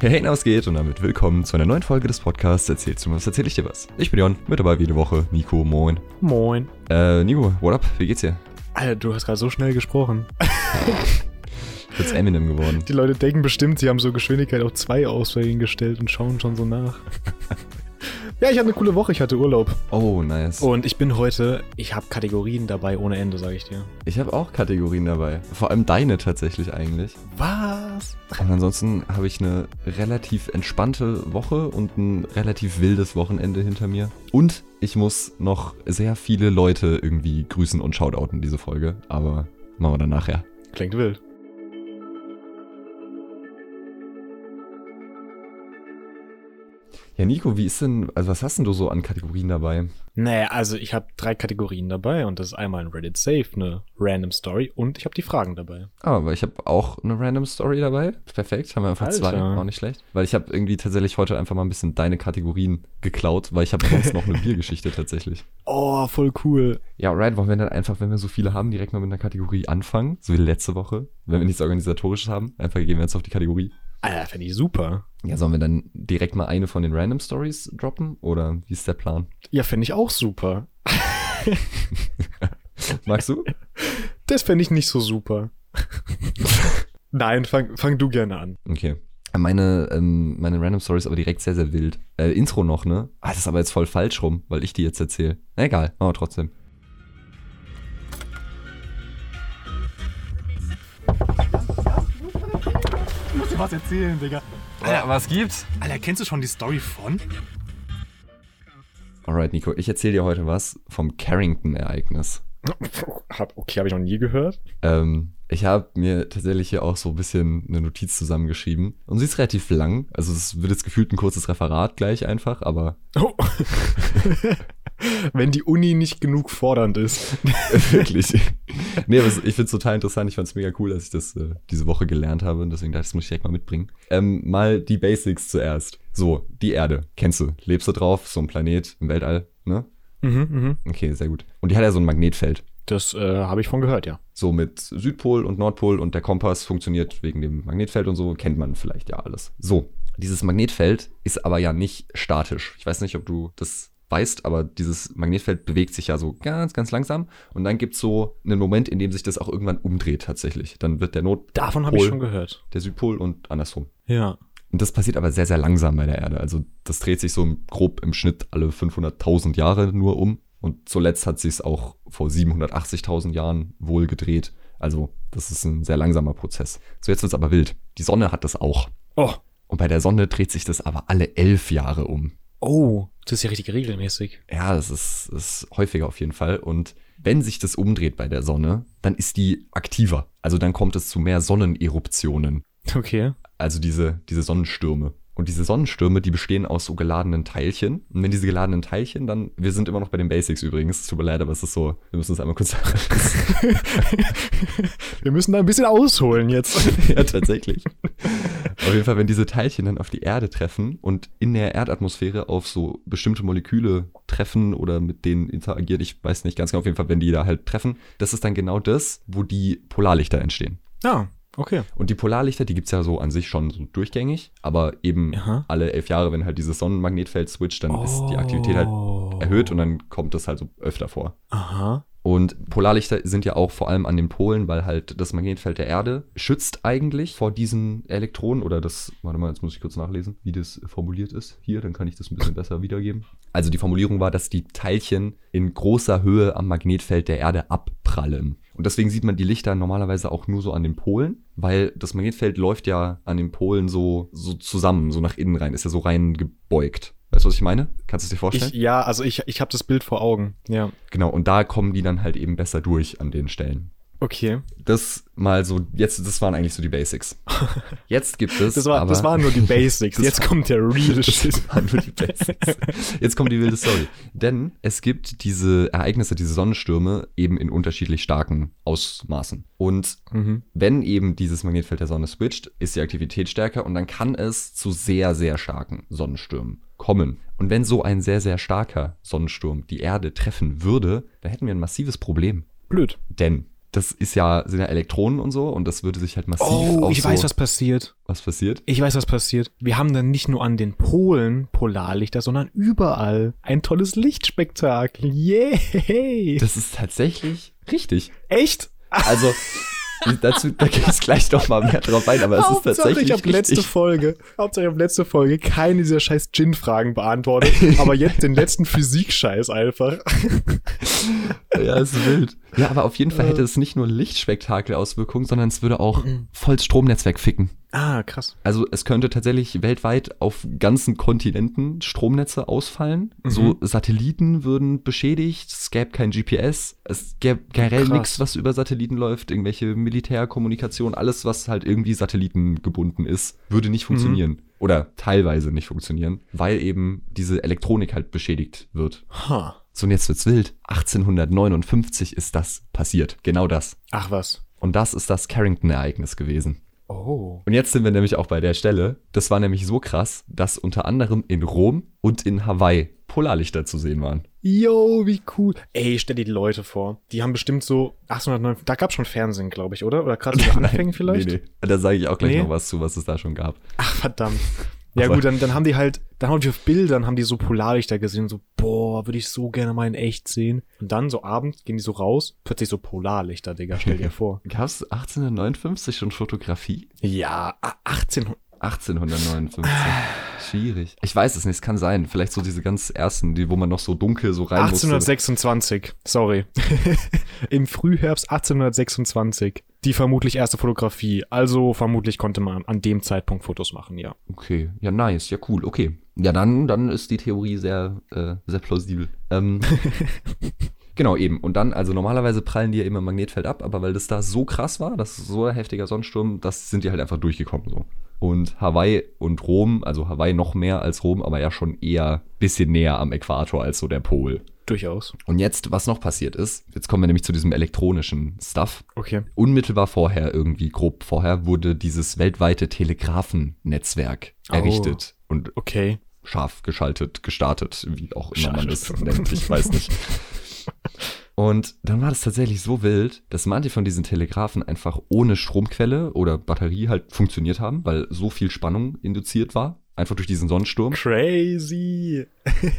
Hey, hinausgeht und damit willkommen zu einer neuen Folge des Podcasts Erzählst du mir was, erzähl ich dir was. Ich bin Jon, mit dabei wie jede Woche Nico, moin. Moin. Äh, Nico, what up, wie geht's dir? Alter, du hast gerade so schnell gesprochen. Jetzt Eminem geworden. Die Leute denken bestimmt, sie haben so Geschwindigkeit auf zwei Auswählen gestellt und schauen schon so nach. ja, ich hatte eine coole Woche, ich hatte Urlaub. Oh, nice. Und ich bin heute, ich habe Kategorien dabei ohne Ende, sage ich dir. Ich habe auch Kategorien dabei. Vor allem deine tatsächlich eigentlich. Was? Und ansonsten habe ich eine relativ entspannte Woche und ein relativ wildes Wochenende hinter mir. Und ich muss noch sehr viele Leute irgendwie grüßen und shoutouten diese Folge. Aber machen wir dann nachher. Klingt wild. Ja, Nico, wie ist denn, also was hast denn du so an Kategorien dabei? Nee, also ich habe drei Kategorien dabei und das ist einmal ein Reddit Safe, eine Random Story und ich habe die Fragen dabei. Ah, aber ich habe auch eine Random Story dabei. Perfekt, haben wir einfach Alter. zwei, auch nicht schlecht. Weil ich habe irgendwie tatsächlich heute einfach mal ein bisschen deine Kategorien geklaut, weil ich habe sonst noch eine Biergeschichte tatsächlich. Oh, voll cool. Ja, alright, wollen wir dann einfach, wenn wir so viele haben, direkt mal mit einer Kategorie anfangen, so wie letzte Woche, wenn wir nichts Organisatorisches haben, einfach gehen wir jetzt auf die Kategorie. Alter, fände ich super. Ja, sollen wir dann direkt mal eine von den Random Stories droppen oder wie ist der Plan? Ja, fände ich auch super. Magst du? Das fände ich nicht so super. Nein, fang, fang du gerne an. Okay. Meine, ähm, meine Random Story ist aber direkt sehr, sehr wild. Äh, Intro noch, ne? Ah, das ist aber jetzt voll falsch rum, weil ich die jetzt erzähle. Egal, machen wir trotzdem. muss dir was erzählen, Digga. Ja, was gibt's? Alter, kennst du schon die Story von? Alright, Nico, ich erzähle dir heute was vom Carrington-Ereignis. Hab, okay, habe ich noch nie gehört. Ähm, ich habe mir tatsächlich hier auch so ein bisschen eine Notiz zusammengeschrieben. Und sie ist relativ lang. Also es wird jetzt gefühlt ein kurzes Referat gleich einfach, aber Oh. Wenn die Uni nicht genug fordernd ist. wirklich. nee, aber es- ich find's total interessant. Ich fand's mega cool, dass ich das äh, diese Woche gelernt habe. Und deswegen dachte ich, das muss ich direkt mal mitbringen. Ähm, mal die Basics zuerst. So, die Erde. Kennst du? Lebst du drauf? So ein Planet im Weltall, ne? Okay, sehr gut. Und die hat ja so ein Magnetfeld. Mhm, Das äh, habe ich von gehört, ja. So mit Südpol und Nordpol und der Kompass funktioniert wegen dem Magnetfeld und so, kennt man vielleicht ja alles. So, dieses Magnetfeld ist aber ja nicht statisch. Ich weiß nicht, ob du das weißt, aber dieses Magnetfeld bewegt sich ja so ganz, ganz langsam und dann gibt's so einen Moment, in dem sich das auch irgendwann umdreht tatsächlich. Dann wird der Nord, Davon habe ich Pol. schon gehört. der Südpol und andersrum. Ja. Und das passiert aber sehr, sehr langsam bei der Erde. Also das dreht sich so im- grob im Schnitt alle 500.000 Jahre nur um. Und zuletzt hat sich es auch vor 780.000 Jahren wohl gedreht. Also das ist ein sehr langsamer Prozess. So, jetzt wird's aber wild. Die Sonne hat das auch. Oh. Und bei der Sonne dreht sich das aber alle elf Jahre um. Oh, das ist ja richtig regelmäßig. Ja, das ist, das ist häufiger auf jeden Fall. Und wenn sich das umdreht bei der Sonne, dann ist die aktiver. Also dann kommt es zu mehr Sonneneruptionen. Okay. Also diese, diese Sonnenstürme. Und diese Sonnenstürme, die bestehen aus so geladenen Teilchen. Und wenn diese geladenen Teilchen dann, wir sind immer noch bei den Basics übrigens, es tut mir leid, aber es ist so, wir müssen es einmal kurz sagen. Wir müssen da ein bisschen ausholen jetzt. ja, tatsächlich. auf jeden Fall, wenn diese Teilchen dann auf die Erde treffen und in der Erdatmosphäre auf so bestimmte Moleküle treffen oder mit denen interagiert, ich weiß nicht ganz genau, auf jeden Fall, wenn die da halt treffen, das ist dann genau das, wo die Polarlichter entstehen. Ja, okay. Und die Polarlichter, die gibt's ja so an sich schon so durchgängig, aber eben Aha. alle elf Jahre, wenn halt dieses Sonnenmagnetfeld switcht, dann ist die Aktivität halt Oh. erhöht und dann kommt das halt so öfter vor. Aha. Und Polarlichter sind ja auch vor allem an den Polen, weil halt das Magnetfeld der Erde schützt eigentlich vor diesen Elektronen oder das, warte mal, jetzt muss ich kurz nachlesen, wie das formuliert ist hier, dann kann ich das ein bisschen besser wiedergeben. Also die Formulierung war, dass die Teilchen in großer Höhe am Magnetfeld der Erde abprallen. Und deswegen sieht man die Lichter normalerweise auch nur so an den Polen, weil das Magnetfeld läuft ja an den Polen so, so zusammen, so nach innen rein, ist ja so rein gebeugt. Weißt du, was ich meine? Kannst du es dir vorstellen? Ich, ja, also ich, ich habe das Bild vor Augen. Ja. Genau, und da kommen die dann halt eben besser durch an den Stellen. Okay. Das mal so, jetzt, das waren eigentlich so die Basics. Jetzt gibt es. Das, war, aber, das waren nur die Basics. Das Jetzt kommt der real Shit. das waren nur die Basics. Jetzt kommt die wilde Story. Denn es gibt diese Ereignisse, diese Sonnenstürme eben in unterschiedlich starken Ausmaßen. Und Mhm. wenn eben dieses Magnetfeld der Sonne switcht, ist die Aktivität stärker und dann kann es zu sehr, sehr starken Sonnenstürmen kommen. Und wenn so ein sehr, sehr starker Sonnensturm die Erde treffen würde, dann hätten wir ein massives Problem. Blöd. Denn das ist ja, sind ja Elektronen und so und das würde sich halt massiv Oh, auf ich so, weiß, was passiert. was passiert. Ich weiß, was passiert. Wir haben dann nicht nur an den Polen Polarlichter, sondern überall ein tolles Lichtspektakel. Yay! Das ist tatsächlich richtig. Echt? Also, dazu, da geht es gleich noch mal mehr drauf ein, aber es ist tatsächlich Oh, ich habe letzte richtig. Folge, Hauptsache ich habe letzte Folge keine dieser scheiß Gin-Fragen beantwortet, aber jetzt den letzten Physik-Scheiß einfach. Ja, ist wild. Ja, aber auf jeden Äh. Fall hätte es nicht nur Lichtspektakel-Auswirkungen, sondern es würde auch volles Stromnetzwerk ficken. Ah, krass. Also es könnte tatsächlich weltweit auf ganzen Kontinenten Stromnetze ausfallen. So Satelliten würden beschädigt, es gäbe kein GPS, es gäbe generell Krass. nichts, was über Satelliten läuft, irgendwelche Militärkommunikation, alles, was halt irgendwie satellitengebunden ist, würde nicht funktionieren. Oder teilweise nicht funktionieren, weil eben diese Elektronik halt beschädigt wird. Ha. So, und jetzt wird's wild. 1859 ist das passiert. Genau das. Ach was. Und das ist das Carrington-Ereignis gewesen. Oh. Und jetzt sind wir nämlich auch bei der Stelle. Das war nämlich so krass, dass unter anderem in Rom und in Hawaii Polarlichter zu sehen waren. Yo, wie cool. Ey, stell dir die Leute vor. Die haben bestimmt so 809, da gab's schon Fernsehen, glaube ich, oder? Oder gerade so Anfängen vielleicht? Nee, nee. Da sage ich auch gleich Nee. noch was zu, was es da schon gab. Ach, verdammt. Ja Aber- gut, dann, dann haben die halt, dann haben die auf Bildern, haben die so Polarlichter gesehen, so, boah, würde ich so gerne mal in echt sehen. Und dann so abends gehen die so raus, plötzlich so Polarlichter, Digga, stell dir vor. Gab es 1859 schon Fotografie? Ja, ah, 18, 1859. Schwierig. Ah. Ich weiß es nicht, es kann sein. Vielleicht so diese ganz ersten, die, wo man noch so dunkel so rein musste. 1826, sorry. Im Frühherbst 1826, die vermutlich erste Fotografie. Also vermutlich konnte man an dem Zeitpunkt Fotos machen, ja. Okay, ja, nice, ja, cool, okay. Ja, dann, dann ist die Theorie sehr, äh, sehr plausibel. Ähm, genau, eben. Und dann, also normalerweise prallen die ja immer im Magnetfeld ab, aber weil das da so krass war, das ist so ein heftiger Sonnensturm, das sind die halt einfach durchgekommen so. Und Hawaii und Rom, also Hawaii noch mehr als Rom, aber ja schon eher bisschen näher am Äquator als so der Pol. Durchaus. Und jetzt, was noch passiert ist, jetzt kommen wir nämlich zu diesem elektronischen Stuff. Okay. Unmittelbar vorher, irgendwie grob vorher, wurde dieses weltweite Telegrafennetzwerk Oh. errichtet. Und Okay. scharf geschaltet, gestartet, wie auch immer man es Scharf. nennt, ich weiß nicht. Und dann war das tatsächlich so wild, dass manche von diesen Telegraphen einfach ohne Stromquelle oder Batterie halt funktioniert haben, weil so viel Spannung induziert war, einfach durch diesen Sonnensturm. Crazy.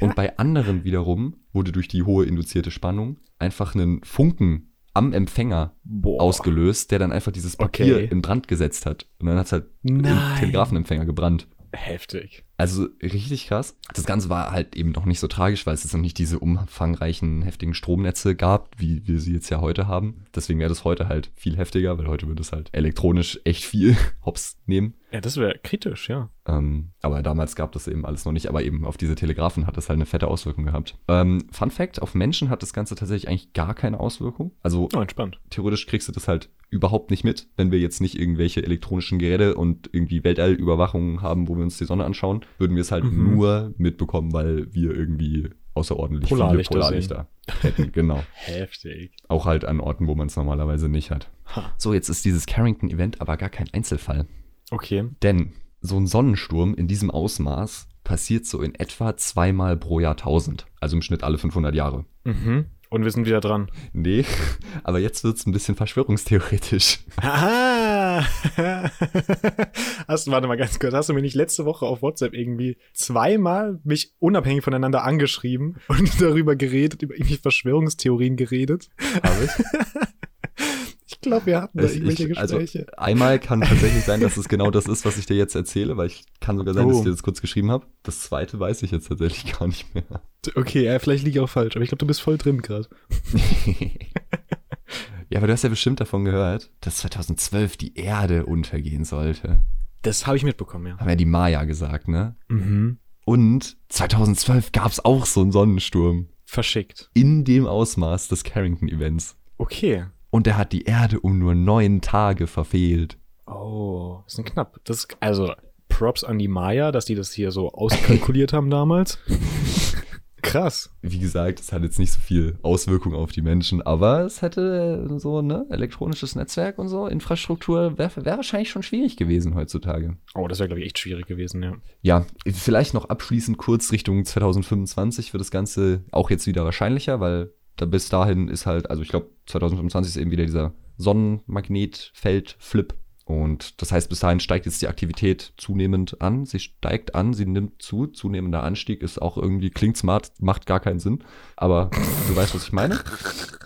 Und bei anderen wiederum wurde durch die hohe induzierte Spannung einfach ein Funken am Empfänger Boah. ausgelöst, der dann einfach dieses Papier Okay. in Brand gesetzt hat. Und dann hat es halt Nein. im Telegrafenempfänger gebrannt. Heftig. Also richtig krass. Das Ganze war halt eben noch nicht so tragisch, weil es jetzt noch nicht diese umfangreichen, heftigen Stromnetze gab, wie wir sie jetzt ja heute haben. Deswegen wäre das heute halt viel heftiger, weil heute würde es halt elektronisch echt viel hops nehmen. Ja, das wäre kritisch, ja. Ähm, aber damals gab das eben alles noch nicht, aber eben auf diese Telegraphen hat das halt eine fette Auswirkung gehabt. Ähm, Fun Fact, auf Menschen hat das Ganze tatsächlich eigentlich gar keine Auswirkung. Also Oh, entspannt. theoretisch kriegst du das halt überhaupt nicht mit, wenn wir jetzt nicht irgendwelche elektronischen Geräte und irgendwie Weltallüberwachungen haben, wo wir uns die Sonne anschauen, würden wir es halt Mhm. nur mitbekommen, weil wir irgendwie außerordentlich Polarlichter viele Polarlichter hätten. Genau. Heftig. Auch halt an Orten, wo man es normalerweise nicht hat. Ha. So, jetzt ist dieses Carrington-Event aber gar kein Einzelfall. Okay. Denn so ein Sonnensturm in diesem Ausmaß passiert so in etwa zweimal pro Jahrtausend. Also im Schnitt alle 500 Jahre. Mhm. Und wir sind wieder dran. Nee, aber jetzt wird es ein bisschen verschwörungstheoretisch. Aha! Hast, warte mal ganz kurz. Hast du mir nicht letzte Woche auf WhatsApp irgendwie zweimal mich unabhängig voneinander angeschrieben und darüber geredet, über irgendwie Verschwörungstheorien geredet? Habe ich? Ich glaube, wir hatten da Es- irgendwelche ich- also, Gespräche. Einmal kann tatsächlich sein, dass es genau das ist, was ich dir jetzt erzähle, weil ich kann sogar sein, dass Oh. ich dir das kurz geschrieben habe. Das zweite weiß ich jetzt tatsächlich gar nicht mehr. okay, ja, vielleicht liege ich auch falsch, aber ich glaube, du bist voll drin gerade. ja, aber du hast ja bestimmt davon gehört, dass 2012 die Erde untergehen sollte. Das habe ich mitbekommen, ja. Haben ja die Maya gesagt, ne? Mhm. Und 2012 gab es auch so einen Sonnensturm Verschickt. in dem Ausmaß des Carrington-Events. Okay. Und der hat die Erde um nur neun Tage verfehlt. Oh, ist ein knapp. Das ist, also Props an die Maya, dass die das hier so auskalkuliert haben damals. Krass. wie gesagt, es hat jetzt nicht so viel Auswirkung auf die Menschen, aber es hätte äh, so, ne, elektronisches Netzwerk und so, Infrastruktur wäre wär wahrscheinlich schon schwierig gewesen heutzutage. Oh, das wäre, glaube ich, echt schwierig gewesen, ja. Ja, vielleicht noch abschließend kurz Richtung 2025 wird das Ganze auch jetzt wieder wahrscheinlicher, weil da bis dahin ist halt, also ich glaube, 2025 ist eben wieder dieser Sonnenmagnetfeldflip. Und das heißt, bis dahin steigt jetzt die Aktivität zunehmend an. Sie steigt an, sie nimmt zu. Zunehmender Anstieg ist auch irgendwie, klingt smart, macht gar keinen Sinn. Aber du weißt, was ich meine.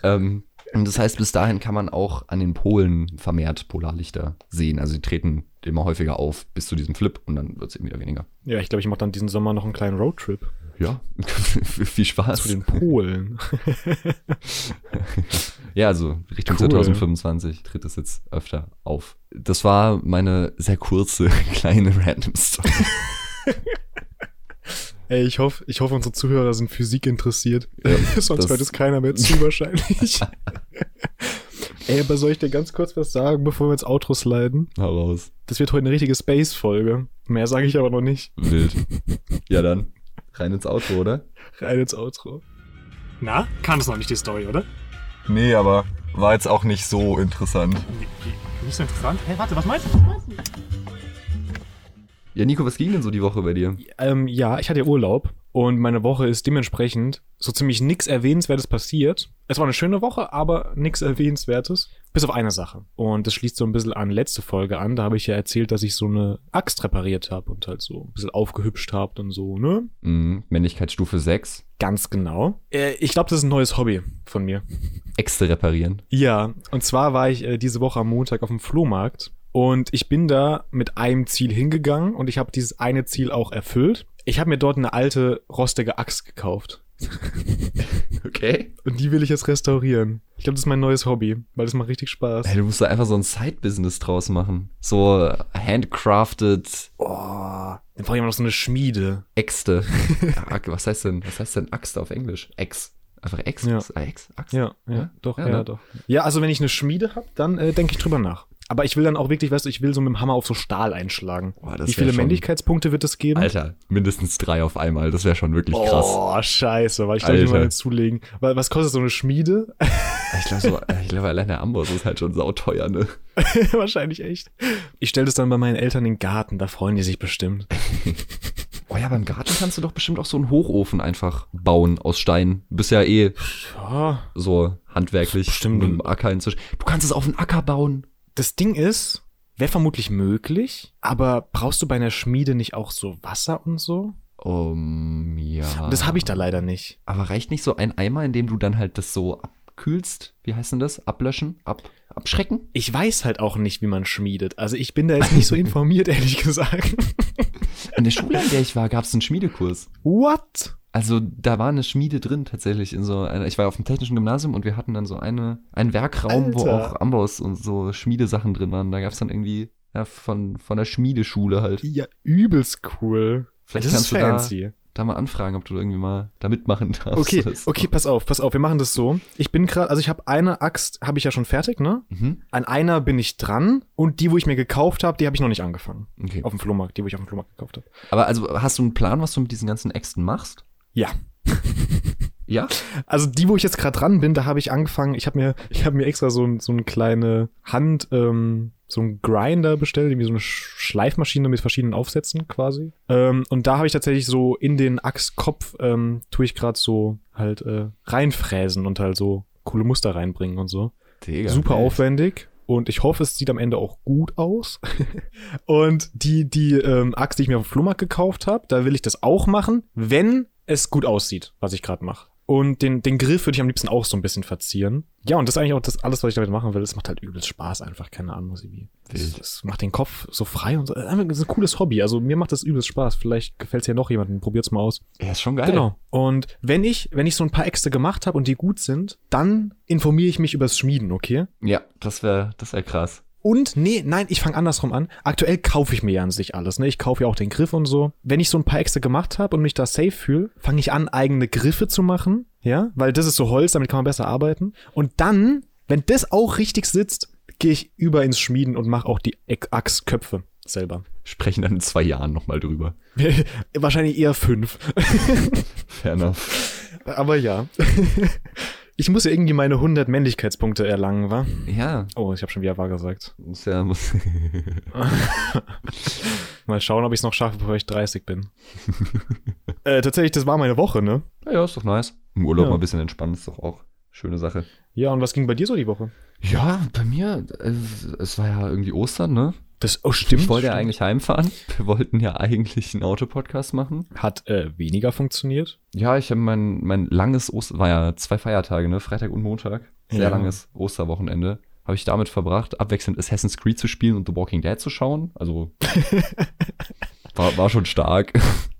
Ähm, und das heißt, bis dahin kann man auch an den Polen vermehrt Polarlichter sehen. Also die treten immer häufiger auf bis zu diesem Flip und dann wird es eben wieder weniger. Ja, ich glaube, ich mache dann diesen Sommer noch einen kleinen Roadtrip Ja, viel Spaß. zu den Polen. Ja, also Richtung Cool. 2025 tritt es jetzt öfter auf. Das war meine sehr kurze kleine Random Story. Ey, ich hoffe, ich hoffe, unsere Zuhörer sind Physik interessiert. Ja, Sonst das- hört es keiner mehr zu wahrscheinlich. Ey, aber soll ich dir ganz kurz was sagen, bevor wir ins Outro sliden? Hau raus. Das wird heute eine richtige Space-Folge. Mehr sage ich aber noch nicht. Wild. Ja, dann rein ins Auto, oder? Rein ins Outro. Na, kann es noch nicht die Story, oder? Nee, aber war jetzt auch nicht so interessant. Nee, nee, Nicht so interessant. Hey, warte, was meinst du? Was meinst du? Ja, Nico, was ging denn so die Woche bei dir? Ähm, ja, ich hatte ja Urlaub und meine Woche ist dementsprechend so ziemlich nichts Erwähnenswertes passiert. Es war eine schöne Woche, aber nichts Erwähnenswertes. Bis auf eine Sache. Und das schließt so ein bisschen an letzte Folge an. Da habe ich ja erzählt, dass ich so eine Axt repariert habe und halt so ein bisschen aufgehübscht habe und so, ne? Mhm, Männlichkeitsstufe 6. Ganz genau. Äh, ich glaube, das ist ein neues Hobby von mir. Äxte reparieren. Ja, und zwar war ich äh, diese Woche am Montag auf dem Flohmarkt und ich bin da mit einem Ziel hingegangen und ich habe dieses eine Ziel auch erfüllt. Ich habe mir dort eine alte, rostige Axt gekauft Okay. und die will ich jetzt restaurieren. Ich glaube, das ist mein neues Hobby, weil das macht richtig Spaß. Ey, du musst da einfach so ein Side-Business draus machen. So handcrafted Oh, dann brauche ich immer noch so eine Schmiede. Äxte. Ak- was heißt denn, was heißt denn Axt auf Englisch? Ex. Einfach Ex. äh, Ja. Ex. Axt. Ja, ja, Ja? doch, ja, Ja, ne? doch. Ja, also wenn ich eine Schmiede habe, dann äh, denke ich drüber nach. Aber ich will dann auch wirklich, weißt du, ich will so mit dem Hammer auf so Stahl einschlagen. Boah, das Wie wär viele schon- Männlichkeitspunkte wird es geben? Alter, mindestens drei auf einmal. Das wäre schon wirklich krass. Oh, scheiße, weil ich glaube, ich will Alter. mal nicht zulegen. Weil, was kostet so eine Schmiede? Ich glaube, so, äh, ich glaub, allein der Amboss ist halt schon sauteuer, ne? Wahrscheinlich echt. Ich stelle das dann bei meinen Eltern in den Garten, da freuen die sich bestimmt. Oh ja, beim Garten kannst du doch bestimmt auch so einen Hochofen einfach bauen aus Stein. Du bist ja eh Ja, so handwerklich Bestimmt. mit dem Acker inzwischen. Du kannst es auf einen Acker bauen. das Ding ist, wäre vermutlich möglich, aber brauchst du bei einer Schmiede nicht auch so Wasser und so? Um, ja. Das habe ich da leider nicht. Aber reicht nicht so ein Eimer, in dem du dann halt das so abkühlst? Wie heißt denn das? Ablöschen? Ab, abschrecken? Ich weiß halt auch nicht, wie man schmiedet. Also ich bin da jetzt nicht so informiert, ehrlich gesagt. In der Schule, an der ich war, gab es einen Schmiedekurs. What? Also da war eine Schmiede drin tatsächlich in so einer, ich war auf dem technischen Gymnasium und wir hatten dann so eine einen Werkraum, wo Alter. auch Amboss und so Schmiedesachen drin waren. Da gab's dann irgendwie ja, von von der Schmiedeschule halt. Ja, übelst cool. Vielleicht das ist kannst du da, fancy. da mal anfragen, ob du irgendwie mal da mitmachen darfst. Okay, Das- okay, pass auf, pass auf, wir machen das so. Ich bin gerade, also ich habe eine Axt, habe ich ja schon fertig, ne? Mhm. An einer bin ich dran und die, wo ich mir gekauft habe, die habe ich noch nicht angefangen. okay. Auf dem Flohmarkt, die, wo ich auf dem Flohmarkt gekauft habe. Aber also hast du einen Plan, was du mit diesen ganzen Äxten machst? Ja. Ja? Also die, wo ich jetzt gerade dran bin, da habe ich angefangen, ich habe mir, ich habe mir extra so, ein- so eine kleine Hand, ähm, so einen Grinder bestellt, irgendwie so eine Sch- Schleifmaschine mit verschiedenen Aufsätzen quasi. Ähm, und da habe ich tatsächlich so in den Axtkopf, ähm, tue ich gerade so halt äh, reinfräsen und halt so coole Muster reinbringen und so. Digga. super aufwendig und ich hoffe, es sieht am Ende auch gut aus. und die, die ähm, Axt, die ich mir auf dem Flohmarkt gekauft habe, da will ich das auch machen, wenn es gut aussieht, was ich gerade mache. Und den, den Griff würde ich am liebsten auch so ein bisschen verzieren. Ja, und das ist eigentlich auch das alles, was ich damit machen will. Es macht halt übelst Spaß, einfach keine Ahnung, was ich wie. Das, Wild. das macht den Kopf so frei und so. äh, Einfach, Das ist ein cooles Hobby. Also mir macht das übelst Spaß. Vielleicht gefällt es ja noch jemandem. Probiert's mal aus. Ja, ist schon geil. Genau. Und wenn ich, wenn ich so ein paar Äxte gemacht habe und die gut sind, dann informiere ich mich übers Schmieden, okay? Ja, das wäre das wär krass. Und nee, nein, ich fange andersrum an. Aktuell kaufe ich mir ja an sich alles. Ne? Ich kaufe ja auch den Griff und so. Wenn ich so ein paar Äxte gemacht habe und mich da safe fühle, fange ich an, eigene Griffe zu machen. Ja, weil das ist so Holz, damit kann man besser arbeiten. Und dann, wenn das auch richtig sitzt, gehe ich über ins Schmieden und mache auch die Ä- Achsköpfe selber. Sprechen dann in zwei Jahren nochmal drüber. Wahrscheinlich eher fünf. Fair enough. Aber ja. Ich muss ja irgendwie meine 100 Männlichkeitspunkte erlangen, wa? Ja, Oh, ich habe schon wieder wahr gesagt. muss ja, muss, Mal schauen, ob ich es noch schaffe, bevor ich 30 bin. äh, tatsächlich, das war meine Woche, ne? Ja, ja, ist doch nice. Im Urlaub Ja. mal ein bisschen entspannen ist doch auch eine schöne Sache. Ja, und was ging bei dir so die Woche? Ja, bei mir, äh, es war ja irgendwie Ostern, ne? Das oh, stimmt. Ich wollte ja stimmt. eigentlich heimfahren. Wir wollten ja eigentlich einen Autopodcast machen. Hat äh, weniger funktioniert. Ja, ich habe mein, mein langes Oster, war ja zwei Feiertage, ne? Freitag und Montag. Sehr Ja. langes Osterwochenende. Habe ich damit verbracht, abwechselnd Assassin's Creed zu spielen und The Walking Dead zu schauen. Also war, war schon stark.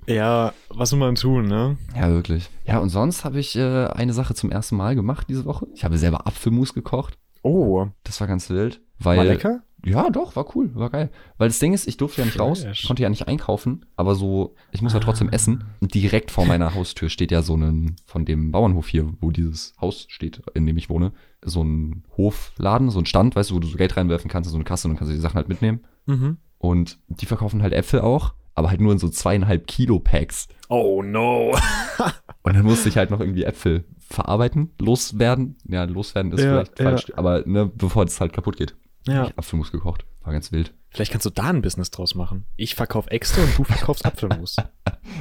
Ja, was will man tun, ne? Ja, wirklich. Ja, und sonst habe ich äh, eine Sache zum ersten Mal gemacht diese Woche. Ich habe selber Apfelmus gekocht. Oh, Das war ganz wild. Weil, war lecker? Ja, doch, war cool, war geil. Weil das Ding ist, ich durfte ja nicht raus, Fresh. konnte ja nicht einkaufen, aber so, ich muss ja trotzdem Ah. essen. Und direkt vor meiner Haustür steht ja so ein, von dem Bauernhof hier, wo dieses Haus steht, in dem ich wohne, so ein Hofladen, so ein Stand, weißt du, wo du so Geld reinwerfen kannst, in so eine Kasse und dann kannst du die Sachen halt mitnehmen. Mhm. Und die verkaufen halt Äpfel auch, aber halt nur in so zweieinhalb Kilo Packs. Oh no. Und dann musste ich halt noch irgendwie Äpfel verarbeiten, loswerden. Ja, loswerden ist Ja, vielleicht ja. falsch, aber ne, bevor das halt kaputt geht. Ja. Ich Apfelmus gekocht, war ganz wild. Vielleicht kannst du da ein Business draus machen. Ich verkaufe Äxte und du verkaufst Apfelmus.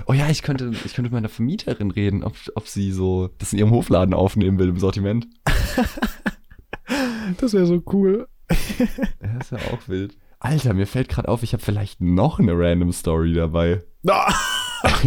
Oh ja, ich könnte, ich könnte mit meiner Vermieterin reden, ob, ob sie so das in ihrem Hofladen aufnehmen will im Sortiment. Das wäre so cool. Das ist ja auch wild. Alter, mir fällt gerade auf, ich habe vielleicht noch eine random Story dabei. Ah.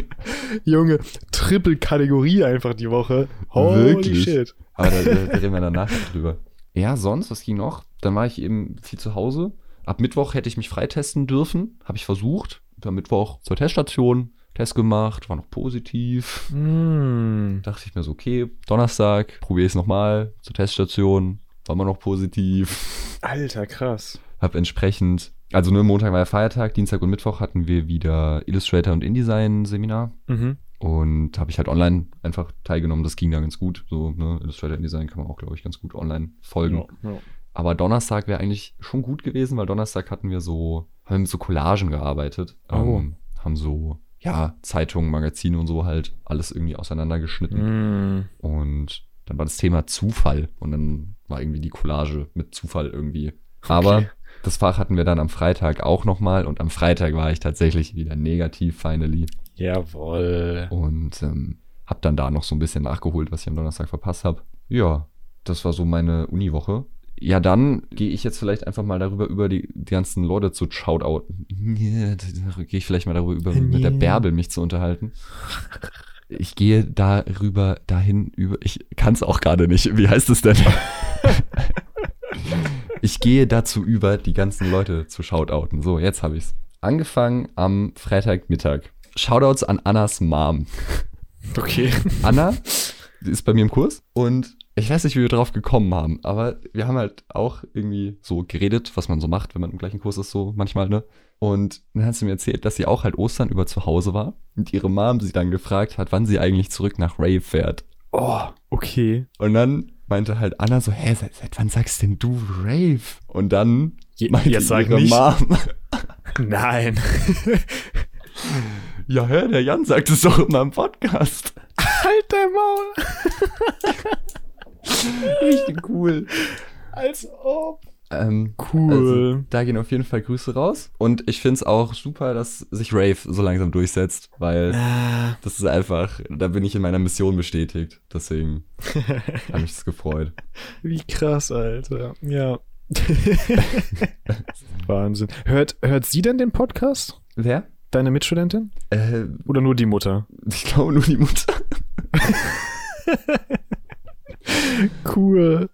Junge, Triple Kategorie einfach die Woche. Holy Wirklich? shit. Aber da, da da reden wir danach drüber. Ja, sonst, was ging noch? Dann war ich eben viel zu Hause. Ab Mittwoch hätte ich mich freitesten dürfen. Habe ich versucht. Am Mittwoch zur Teststation. Test gemacht, war noch positiv. Mm. Dachte ich mir so, okay, Donnerstag, probiere es nochmal zur Teststation. War immer noch positiv. Alter, krass. Hab entsprechend, also nur Montag war ja Feiertag, Dienstag und Mittwoch hatten wir wieder Illustrator und InDesign Seminar Mhm. und habe ich halt online einfach teilgenommen. Das ging da ganz gut. So ne? Illustrator InDesign kann man auch glaube ich ganz gut online folgen. Ja, ja. Aber Donnerstag wäre eigentlich schon gut gewesen, weil Donnerstag hatten wir so, haben wir mit so Collagen gearbeitet. Oh. Ähm, haben so ja Zeitungen, Magazine und so halt alles irgendwie auseinandergeschnitten. Mm. Und dann war das Thema Zufall. Und dann war irgendwie die Collage mit Zufall irgendwie. Aber Okay. das Fach hatten wir dann am Freitag auch nochmal. Und am Freitag war ich tatsächlich wieder negativ, finally. Jawohl. Und ähm, hab dann da noch so ein bisschen nachgeholt, was ich am Donnerstag verpasst habe. Ja, das war so meine Uniwoche. Ja, dann gehe ich jetzt vielleicht einfach mal darüber über die, die ganzen Leute zu shoutouten. Ja, gehe ich vielleicht mal darüber über, mit der Ja. Bärbel mich zu unterhalten. Ich gehe darüber dahin über. Ich kann es auch gerade nicht. Wie heißt es denn? ich gehe dazu über, die ganzen Leute zu shoutouten. So, jetzt habe ich's. Angefangen am Freitagmittag. Shoutouts an Annas Mom. Okay. Anna die ist bei mir im Kurs und ich weiß nicht, wie wir drauf gekommen haben, aber wir haben halt auch irgendwie so geredet, was man so macht, wenn man im gleichen Kurs ist, so manchmal, ne? Und dann hat sie mir erzählt, dass sie auch halt Ostern über zu Hause war und ihre Mom sie dann gefragt hat, wann sie eigentlich zurück nach Ray fährt. Oh, okay. Und dann meinte halt Anna so, hä, seit, seit wann sagst denn du Rave? Und dann Je- meinte jetzt sag ihre nicht. Mom, Nein. Halt ja hör, der Jan sagt es doch immer im Podcast. Halt dein Maul. Richtig cool. Als ob. Ähm, Cool. Also, da gehen auf jeden Fall Grüße raus. Und ich finde es auch super, dass sich Rave so langsam durchsetzt, weil Ah, das ist einfach, da bin ich in meiner Mission bestätigt. Deswegen habe ich es gefreut. wie krass, Alter. Ja. Wahnsinn. Hört, hört sie denn den Podcast? Wer? Deine Mitstudentin? Äh, Oder nur die Mutter? ich glaube nur die Mutter. Cool.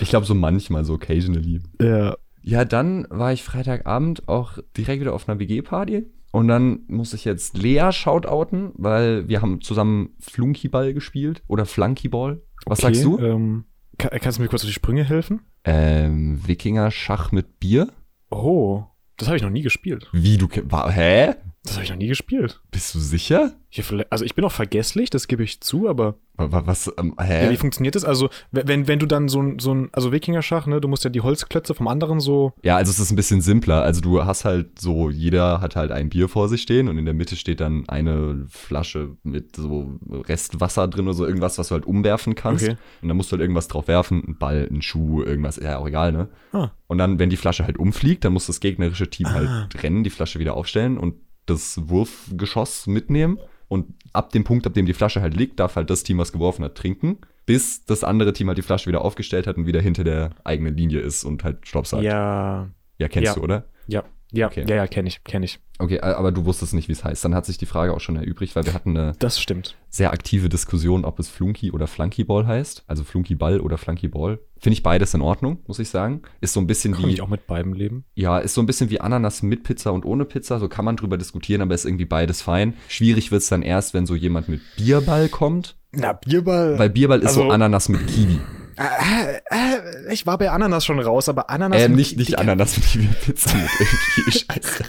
Ich glaube so manchmal, so occasionally. Ja. Ja, dann war ich Freitagabend auch direkt wieder auf einer WG-Party. Und dann muss ich jetzt Lea shoutouten, weil wir haben zusammen Flunkyball gespielt oder Flunkyball. Was Okay, sagst du? Ähm, ka- kannst du mir kurz auf die Sprünge helfen? Ähm, Wikinger Schach mit Bier. Oh, das habe ich noch nie gespielt. Wie du. ke- wa- Hä? Das habe ich noch nie gespielt. Bist du sicher? Hier vielleicht- also ich bin auch vergesslich, das gebe ich zu, aber Wa- wa- Was? Ähm, hä? ja, wie funktioniert das? Also we- wenn, wenn du dann so ein, so ein also Wikingerschach, ne, du musst ja die Holzklötze vom anderen so, Ja, also es ist ein bisschen simpler. Also du hast halt so, jeder hat halt ein Bier vor sich stehen und in der Mitte steht dann eine Flasche mit so Restwasser drin oder so irgendwas, was du halt umwerfen kannst. Okay. Und dann musst du halt irgendwas drauf werfen, einen Ball, einen Schuh, irgendwas, ja auch egal, ne? Ah. Und dann, wenn die Flasche halt umfliegt, dann muss das gegnerische Team halt rennen, die Flasche wieder aufstellen und das Wurfgeschoss mitnehmen. Und ab dem Punkt, ab dem die Flasche halt liegt, darf halt das Team, was geworfen hat, trinken. bis das andere Team halt die Flasche wieder aufgestellt hat und wieder hinter der eigenen Linie ist und halt Stopp sagt. Ja, Ja, kennst Ja. du, oder? ja, ja, Okay. ja, ja, kenne ich, kenne ich. Okay, a- aber du wusstest nicht, wie es heißt. Dann hat sich die Frage auch schon erübrigt, weil wir hatten eine Das stimmt. sehr aktive Diskussion, ob es Flunky oder Flunkyball heißt. Also Flunkyball oder Flunkyball. Finde ich beides in Ordnung, muss ich sagen. Ist so ein bisschen Kann wie, ich auch mit beidem leben? ja, ist so ein bisschen wie Ananas mit Pizza und ohne Pizza. So kann man drüber diskutieren, aber ist irgendwie beides fein. Schwierig wird es dann erst, wenn so jemand mit Bierball kommt. Na, Bierball. Weil Bierball ist so Also- Ananas mit Kiwi. Äh, äh, ich war bei Ananas schon raus, aber Ananas. Ähm, nicht, nicht Dicker, Ananas mit Kiwi, Pizza mit Kiwi, scheiße.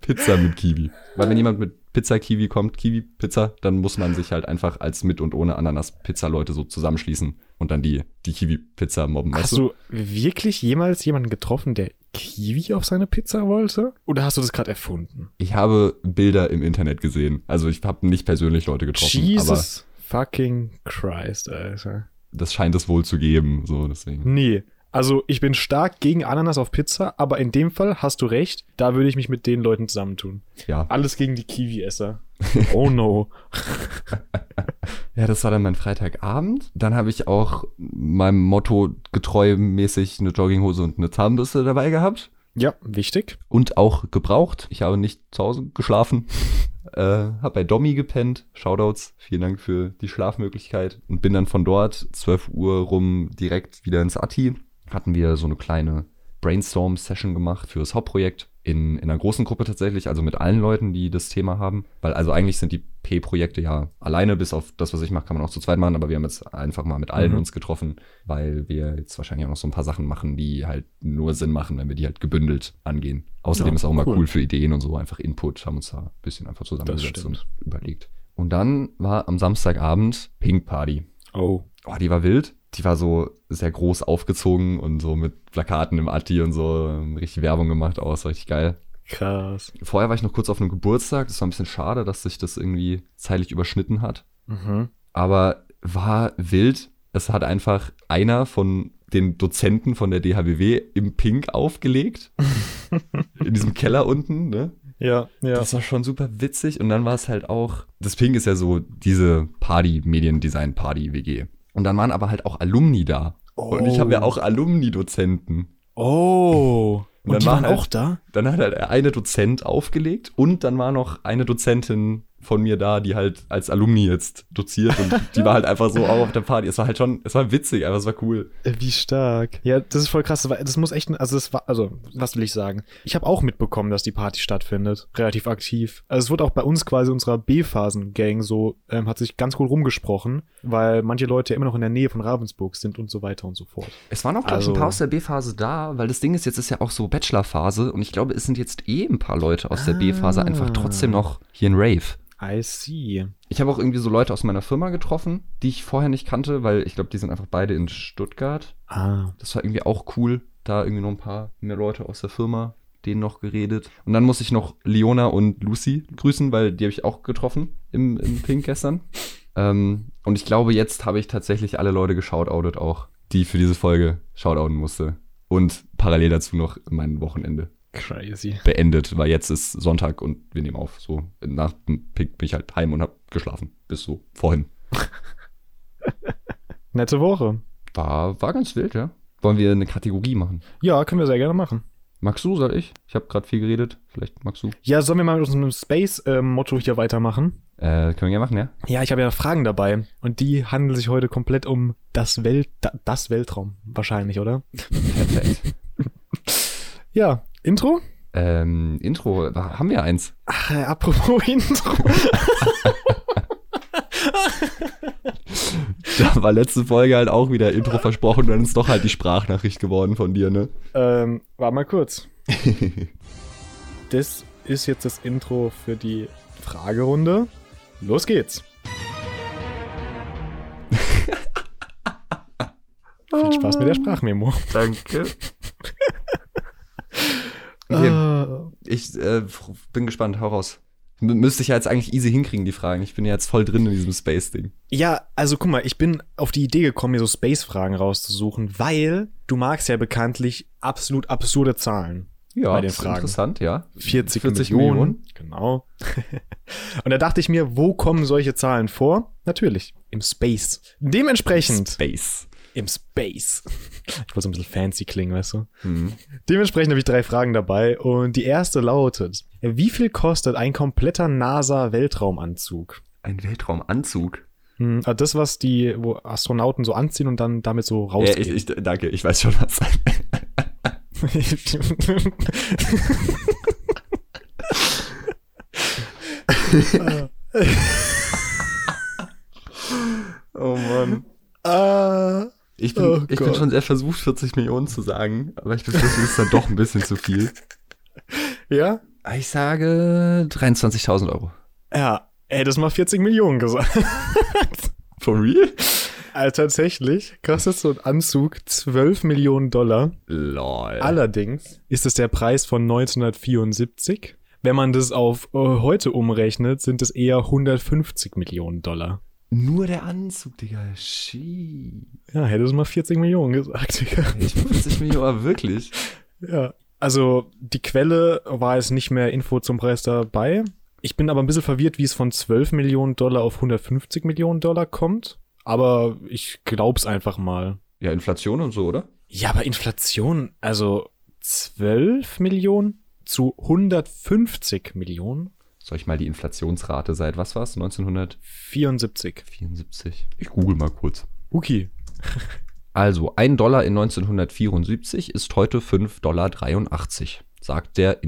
Pizza mit Kiwi. Weil wenn jemand mit Pizza Kiwi kommt, Kiwi Pizza, dann muss man sich halt einfach als mit und ohne Ananas Pizza Leute so zusammenschließen und dann die, die Kiwi Pizza mobben. Hast du wirklich jemals jemanden getroffen, der Kiwi auf seine Pizza wollte? Oder hast du das gerade erfunden? Ich habe Bilder im Internet gesehen. Also ich habe nicht persönlich Leute getroffen, aber Jesus fucking Christ, Alter. das scheint es wohl zu geben. So deswegen. Nee. Also ich bin stark gegen Ananas auf Pizza, aber in dem Fall hast du recht, da würde ich mich mit den Leuten zusammentun. Ja. Alles gegen die Kiwi-Esser. Oh no. Ja, das war dann mein Freitagabend. Dann habe ich auch meinem Motto getreu mäßig eine Jogginghose und eine Zahnbürste dabei gehabt. Ja, wichtig. und auch gebraucht. Ich habe nicht zu Hause geschlafen. Äh, habe bei Dommy gepennt. Shoutouts. Vielen Dank für die Schlafmöglichkeit. Und bin dann von dort 12 Uhr rum direkt wieder ins Atti. Hatten wir so eine kleine Brainstorm-Session gemacht für das Hauptprojekt. In, in einer großen Gruppe tatsächlich, also mit allen Leuten, die das Thema haben. Weil also eigentlich sind die P-Projekte ja alleine, bis auf das, was ich mache, kann man auch zu zweit machen. Aber wir haben jetzt einfach mal mit allen Mhm. uns getroffen, weil wir jetzt wahrscheinlich auch noch so ein paar Sachen machen, die halt nur Sinn machen, wenn wir die halt gebündelt angehen. Außerdem Ja, ist auch immer cool. cool. für Ideen und so einfach Input, haben uns da ein bisschen einfach zusammengesetzt und stimmt. überlegt. Und dann war am Samstagabend Pink Party. Oh. Oh, die war wild. Die war so sehr groß aufgezogen und so mit Plakaten im Atti und so ähm, richtig Werbung gemacht aus, richtig geil. Krass. Vorher war ich noch kurz auf einem Geburtstag. Das war ein bisschen schade, dass sich das irgendwie zeitlich überschnitten hat Mhm. aber war wild. Es hat einfach einer von den Dozenten von der DHBW im Pink aufgelegt. in diesem Keller unten, ne? Ja, ja. Das war schon super witzig. Und dann war es halt auch, das Pink ist ja so diese Party, Mediendesign Party WG. Und dann waren aber halt auch Alumni da. Und ich habe ja auch Alumni-Dozenten. Oh. Und dann war halt- da? Dann hat halt eine Dozent aufgelegt und dann war noch eine Dozentin von mir da, die halt als Alumni jetzt doziert und die war halt einfach so auch auf der Party. Es war halt schon, es war witzig, aber es war cool. Äh, Wie stark. Ja, das ist voll krass. Das war- Das muss echt, ein- also das war, also was will ich sagen? Ich habe auch mitbekommen, dass die Party stattfindet. Relativ aktiv. Also es wurde auch bei uns quasi unserer B-Phasen-Gang so, ähm, hat sich ganz gut rumgesprochen, weil manche Leute ja immer noch in der Nähe von Ravensburg sind und so weiter und so fort. Es waren auch, glaube ich, Also- ein paar aus der B-Phase da, weil das Ding ist, jetzt ist ja auch so Bachelor-Phase und ich glaube, es sind jetzt eh ein paar Leute aus der B-Phase Ah. einfach trotzdem noch hier in Rave. I see. Ich habe auch irgendwie so Leute aus meiner Firma getroffen, die ich vorher nicht kannte, weil ich glaube, die sind einfach beide in Stuttgart. Ah. Das war irgendwie auch cool. Da irgendwie noch ein paar mehr Leute aus der Firma, denen noch geredet. Und dann muss ich noch Leona und Lucy grüßen, weil die habe ich auch getroffen im, im Pink gestern. Ähm, und ich glaube, jetzt habe ich tatsächlich alle Leute geshoutoutet auch, die für diese Folge shoutouten musste. Und parallel dazu noch mein Wochenende Crazy. beendet, weil jetzt ist Sonntag und wir nehmen auf. So nach dem Pink bin ich halt heim und habe geschlafen. Bis so vorhin. Nette Woche. War, war ganz wild, ja. Wollen wir eine Kategorie machen? Ja, können wir sehr gerne machen. Magst du, soll ich? Ich habe gerade viel geredet. Vielleicht magst du. Ja, sollen wir mal mit unserem Space-Motto hier weitermachen? Äh, können wir gerne machen, ja? Ja, ich habe ja Fragen dabei und die handeln sich heute komplett um das Welt, da, das Weltraum wahrscheinlich, oder? Perfekt. Ja, Intro? ähm, Intro, wa- haben wir eins? Ach, äh, apropos Intro. Da war letzte Folge halt auch wieder Intro versprochen und dann ist doch halt die Sprachnachricht geworden von dir, ne? ähm, warte mal kurz. Das ist jetzt das Intro für die Fragerunde. Los geht's. Viel Spaß mit der Sprachmemo. Danke. Okay, Okay. ich äh, f- bin gespannt, hau raus. M müsste ich ja jetzt eigentlich easy hinkriegen, die Fragen. Ich bin ja jetzt voll drin in diesem Space-Ding. Ja, also guck mal, ich bin auf die Idee gekommen, mir so Space-Fragen rauszusuchen, weil du magst ja bekanntlich absolut absurde Zahlen. Ja, bei den ist Fragen. interessant, ja. 40, 40 Millionen. Millionen. Genau. Und da dachte ich mir, wo kommen solche Zahlen vor? Natürlich, im Space. Dementsprechend. Space. Im Space. Ich wollte so ein bisschen fancy klingen, weißt du? Mhm. Dementsprechend habe ich drei Fragen dabei. Und die erste lautet: Wie viel kostet ein kompletter NASA-Weltraumanzug? Ein Weltraumanzug. Hm, also das, was die wo Astronauten so anziehen und dann damit so Äh, ich, rausgehen. ich, danke, ich weiß schon was. oh Mann. Ah, Ich bin, Oh ich bin Gott. schon sehr versucht, 40 Millionen zu sagen, aber ich befürchte, es ist dann doch ein bisschen zu viel. ja? Ich sage 23.000 Euro. Ja. Ey, das mal 40 Millionen gesagt. For real? Also tatsächlich kostet so ein Anzug 12 Millionen Dollar. Lol. Allerdings ist es der Preis von 1974. Wenn man das auf äh, heute umrechnet, sind es eher 150 Millionen Dollar. Nur der Anzug, Digga. Shit. Ja, hätte es mal 40 Millionen gesagt. Digga. Ich 40 Millionen, aber wirklich. ja. Also die Quelle war es nicht mehr Info zum Preis dabei. Ich bin aber ein bisschen verwirrt, wie es von 12 Millionen Dollar auf 150 Millionen Dollar kommt. Aber ich glaub's einfach mal. Ja, Inflation und so, oder? Ja, aber Inflation, also 12 Millionen zu 150 Millionen? Soll ich mal die Inflationsrate seit, was war's? 1974. 74. Ich google mal kurz. Huki. Also, ein Dollar in 1974 ist heute 5,83 Dollar, sagt der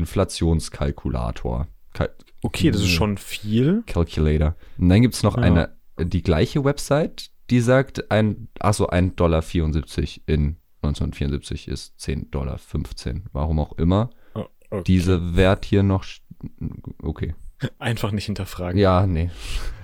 Inflationskalkulator. Kal Okay, das ist Mhm. schon viel. Calculator. Und dann gibt's noch Ja. eine, die gleiche Website, die sagt, ein, achso, 1,74 Dollar in 1974 ist 10,15 Dollar. Warum auch immer. Oh, okay. Diese Wert hier noch. st- Okay. Einfach nicht hinterfragen. Ja, nee.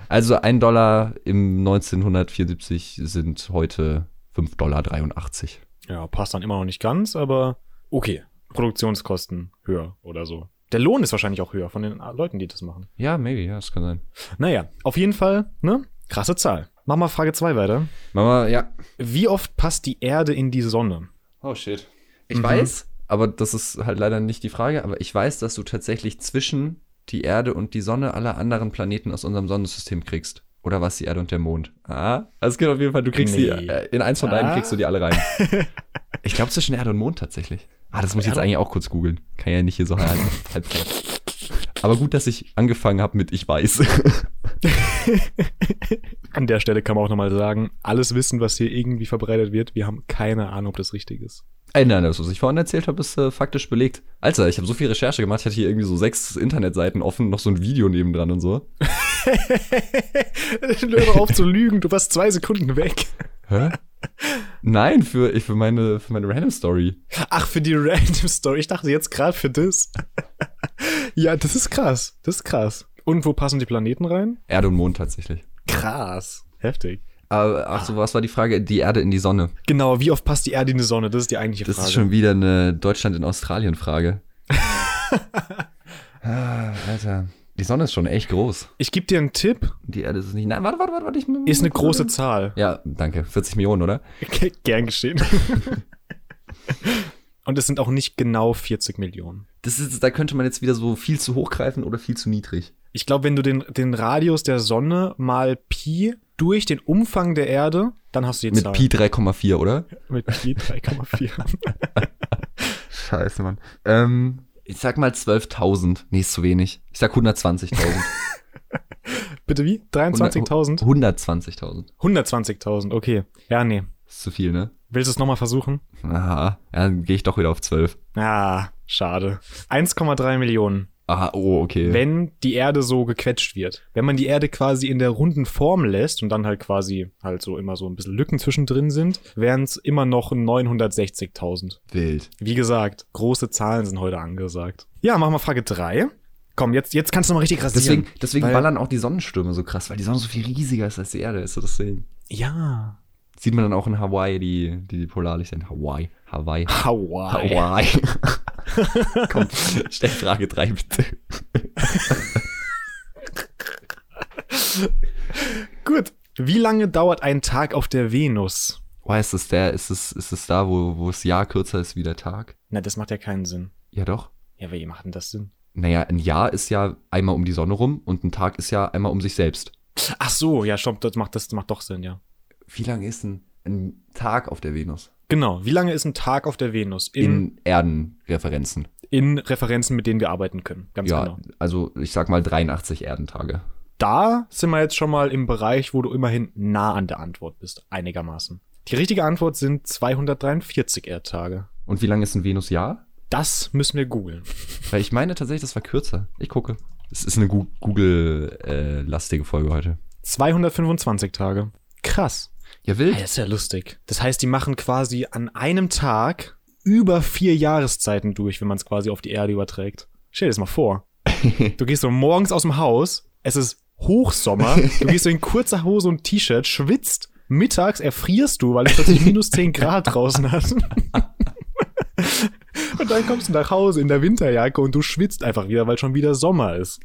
Also ein Dollar im 1974 sind heute 5,83 Dollar. Ja, passt dann immer noch nicht ganz, aber okay. Produktionskosten höher oder so. Der Lohn ist wahrscheinlich auch höher von den Leuten, die das machen. Ja, maybe, ja, das kann sein. Naja, auf jeden Fall, ne? Krasse Zahl. Mach mal Frage 2 weiter. Mama, ja. Wie oft passt die Erde in die Sonne? Oh shit. Ich weiß, aber das ist halt leider nicht die Frage, aber ich weiß, dass du tatsächlich zwischen die Erde und die Sonne alle anderen Planeten aus unserem Sonnensystem kriegst. Oder was die Erde und der Mond? Ah, also es geht auf jeden Fall, du kriegst die, Nee. äh, in eins von deinen Ah. kriegst du die alle rein. ich glaube zwischen Erde und Mond tatsächlich. Ah, das muss ich jetzt eigentlich auch kurz googeln. Kann ja nicht hier so halb. halb aber gut, dass ich angefangen habe mit ich weiß. An der Stelle kann man auch nochmal sagen, alles Wissen, was hier irgendwie verbreitet wird, wir haben keine Ahnung, ob das richtig ist. Ey, nein, das, was ich vorhin erzählt habe, ist äh, faktisch belegt. Alter, ich habe so viel Recherche gemacht, ich hatte hier irgendwie so sechs Internetseiten offen, noch so ein Video nebendran und so. Hör auf zu lügen, du warst zwei Sekunden weg. Hä? Nein, für, ich, für, meine, für meine Random Story. Ach, für die Random Story. Ich dachte jetzt gerade für das. ja, das ist krass. Das ist krass. Und wo passen die Planeten rein? Erde und Mond tatsächlich. Krass. Heftig. Aber, Ah, ach so, was war die Frage? Die Erde in die Sonne. Genau, wie oft passt die Erde in die Sonne? Das ist die eigentliche Das Frage. ist schon wieder eine Deutschland in Australien Frage. ah, Alter. Die Sonne ist schon echt groß. ich gebe dir einen Tipp. Die Erde ist es nicht. Nein, warte, warte, warte, warte. Ich, Ist eine große Zahl. Ja, danke. 40 Millionen, oder? Gern geschehen. Und es sind auch nicht genau 40 Millionen. Das ist, da könnte man jetzt wieder so viel zu hoch greifen oder viel zu niedrig. Ich glaube, wenn du den, den Radius der Sonne mal Pi durch den Umfang der Erde, dann hast du die Mit Zahl. Pi 3,4, oder? Mit Pi 3,4. Scheiße, Mann. Ähm, ich sag mal 12.000. Nee, ist zu wenig. Ich sag 120.000. Bitte wie? 23.000? 120.000. 120.000, okay. Ja, nee. Ist zu viel, ne? Willst du es nochmal versuchen? Aha. Ja, dann gehe ich doch wieder auf 12. Ah, schade. 1,3 Millionen, Aha, oh, okay. wenn die Erde so gequetscht wird. Wenn man die Erde quasi in der runden Form lässt und dann halt quasi halt so immer so ein bisschen Lücken zwischendrin sind, wären es immer noch 960.000. Wild. Wie gesagt, große Zahlen sind heute angesagt. Ja, machen wir Frage 3. Komm, jetzt, jetzt kannst du noch mal richtig rasieren. Deswegen, deswegen weil- ballern auch die Sonnenstürme so krass, weil die Sonne so viel riesiger ist als die Erde. Ist so das Ding. Ja. Sieht man dann auch in Hawaii die, die, die Polarlichter in Hawaii. Hawaii. Hawaii. Hawaii. Komm, stell Frage 3 bitte. Gut. Wie lange dauert ein Tag auf der Venus? Why ist es der? Ist es, ist es da, wo, wo das Jahr kürzer ist wie der Tag? Na, das macht ja keinen Sinn. Ja, doch. Ja, wie macht denn das Sinn? Naja, ein Jahr ist ja einmal um die Sonne rum und ein Tag ist ja einmal um sich selbst. Ach so, ja, stopp, das macht, das macht doch Sinn, ja. Wie lang ist ein, ein Tag auf der Venus? Genau. Wie lange ist ein Tag auf der Venus? In, In Erdenreferenzen. in Referenzen, mit denen wir arbeiten können. Ganz ja, genau. also ich sag mal 83 Erdentage. Da sind wir jetzt schon mal im Bereich, wo du immerhin nah an der Antwort bist, einigermaßen. Die richtige Antwort sind 243 Erdtage. Und wie lang ist ein Venusjahr? Das müssen wir googeln. Weil ich meine tatsächlich, das war kürzer. Ich gucke. Es ist eine Gu- Google-lastige Folge heute. 225 Tage. Krass. Ja, wild. Ah, Das ist ja lustig. Das heißt, die machen quasi an einem Tag über vier Jahreszeiten durch, wenn man es quasi auf die Erde überträgt. Stell dir das mal vor. Du gehst so morgens aus dem Haus, es ist Hochsommer, du gehst so in kurzer Hose und T-Shirt, schwitzt, mittags erfrierst du, weil es plötzlich minus 10 Grad draußen hat. Und dann kommst du nach Hause in der Winterjacke und du schwitzt einfach wieder, weil schon wieder Sommer ist.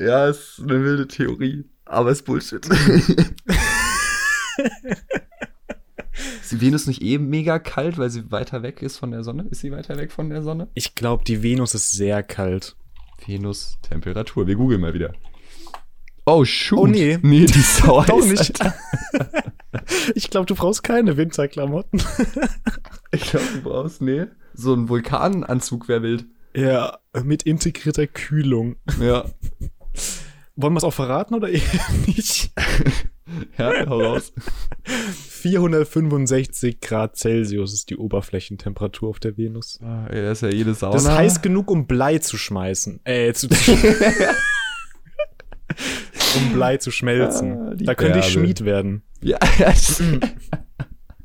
Ja, ist eine wilde Theorie, aber ist Bullshit. ist die Venus nicht eh mega kalt, weil sie weiter weg ist von der Sonne? Ist sie weiter weg von der Sonne? Ich glaube, die Venus ist sehr kalt. Venus Temperatur. Wir googeln mal wieder. Oh, shoot. Oh, nee. Nee, die ist sauer. Doch nicht. ich glaube, du brauchst keine Winterklamotten. Ich glaube, du brauchst, nee. So ein Vulkananzug wäre wild. Ja, mit integrierter Kühlung. Ja. Wollen wir es auch verraten oder eher nicht? Ja, hau raus. 465 Grad Celsius ist die Oberflächentemperatur auf der Venus. Ah, ey, Das ist ja jede Sauna. Das ist heiß genug, um Blei zu schmeißen. Äh, zu, um Blei zu schmelzen. Ah, die da könnte ich Bärbel. Schmied werden. Ja.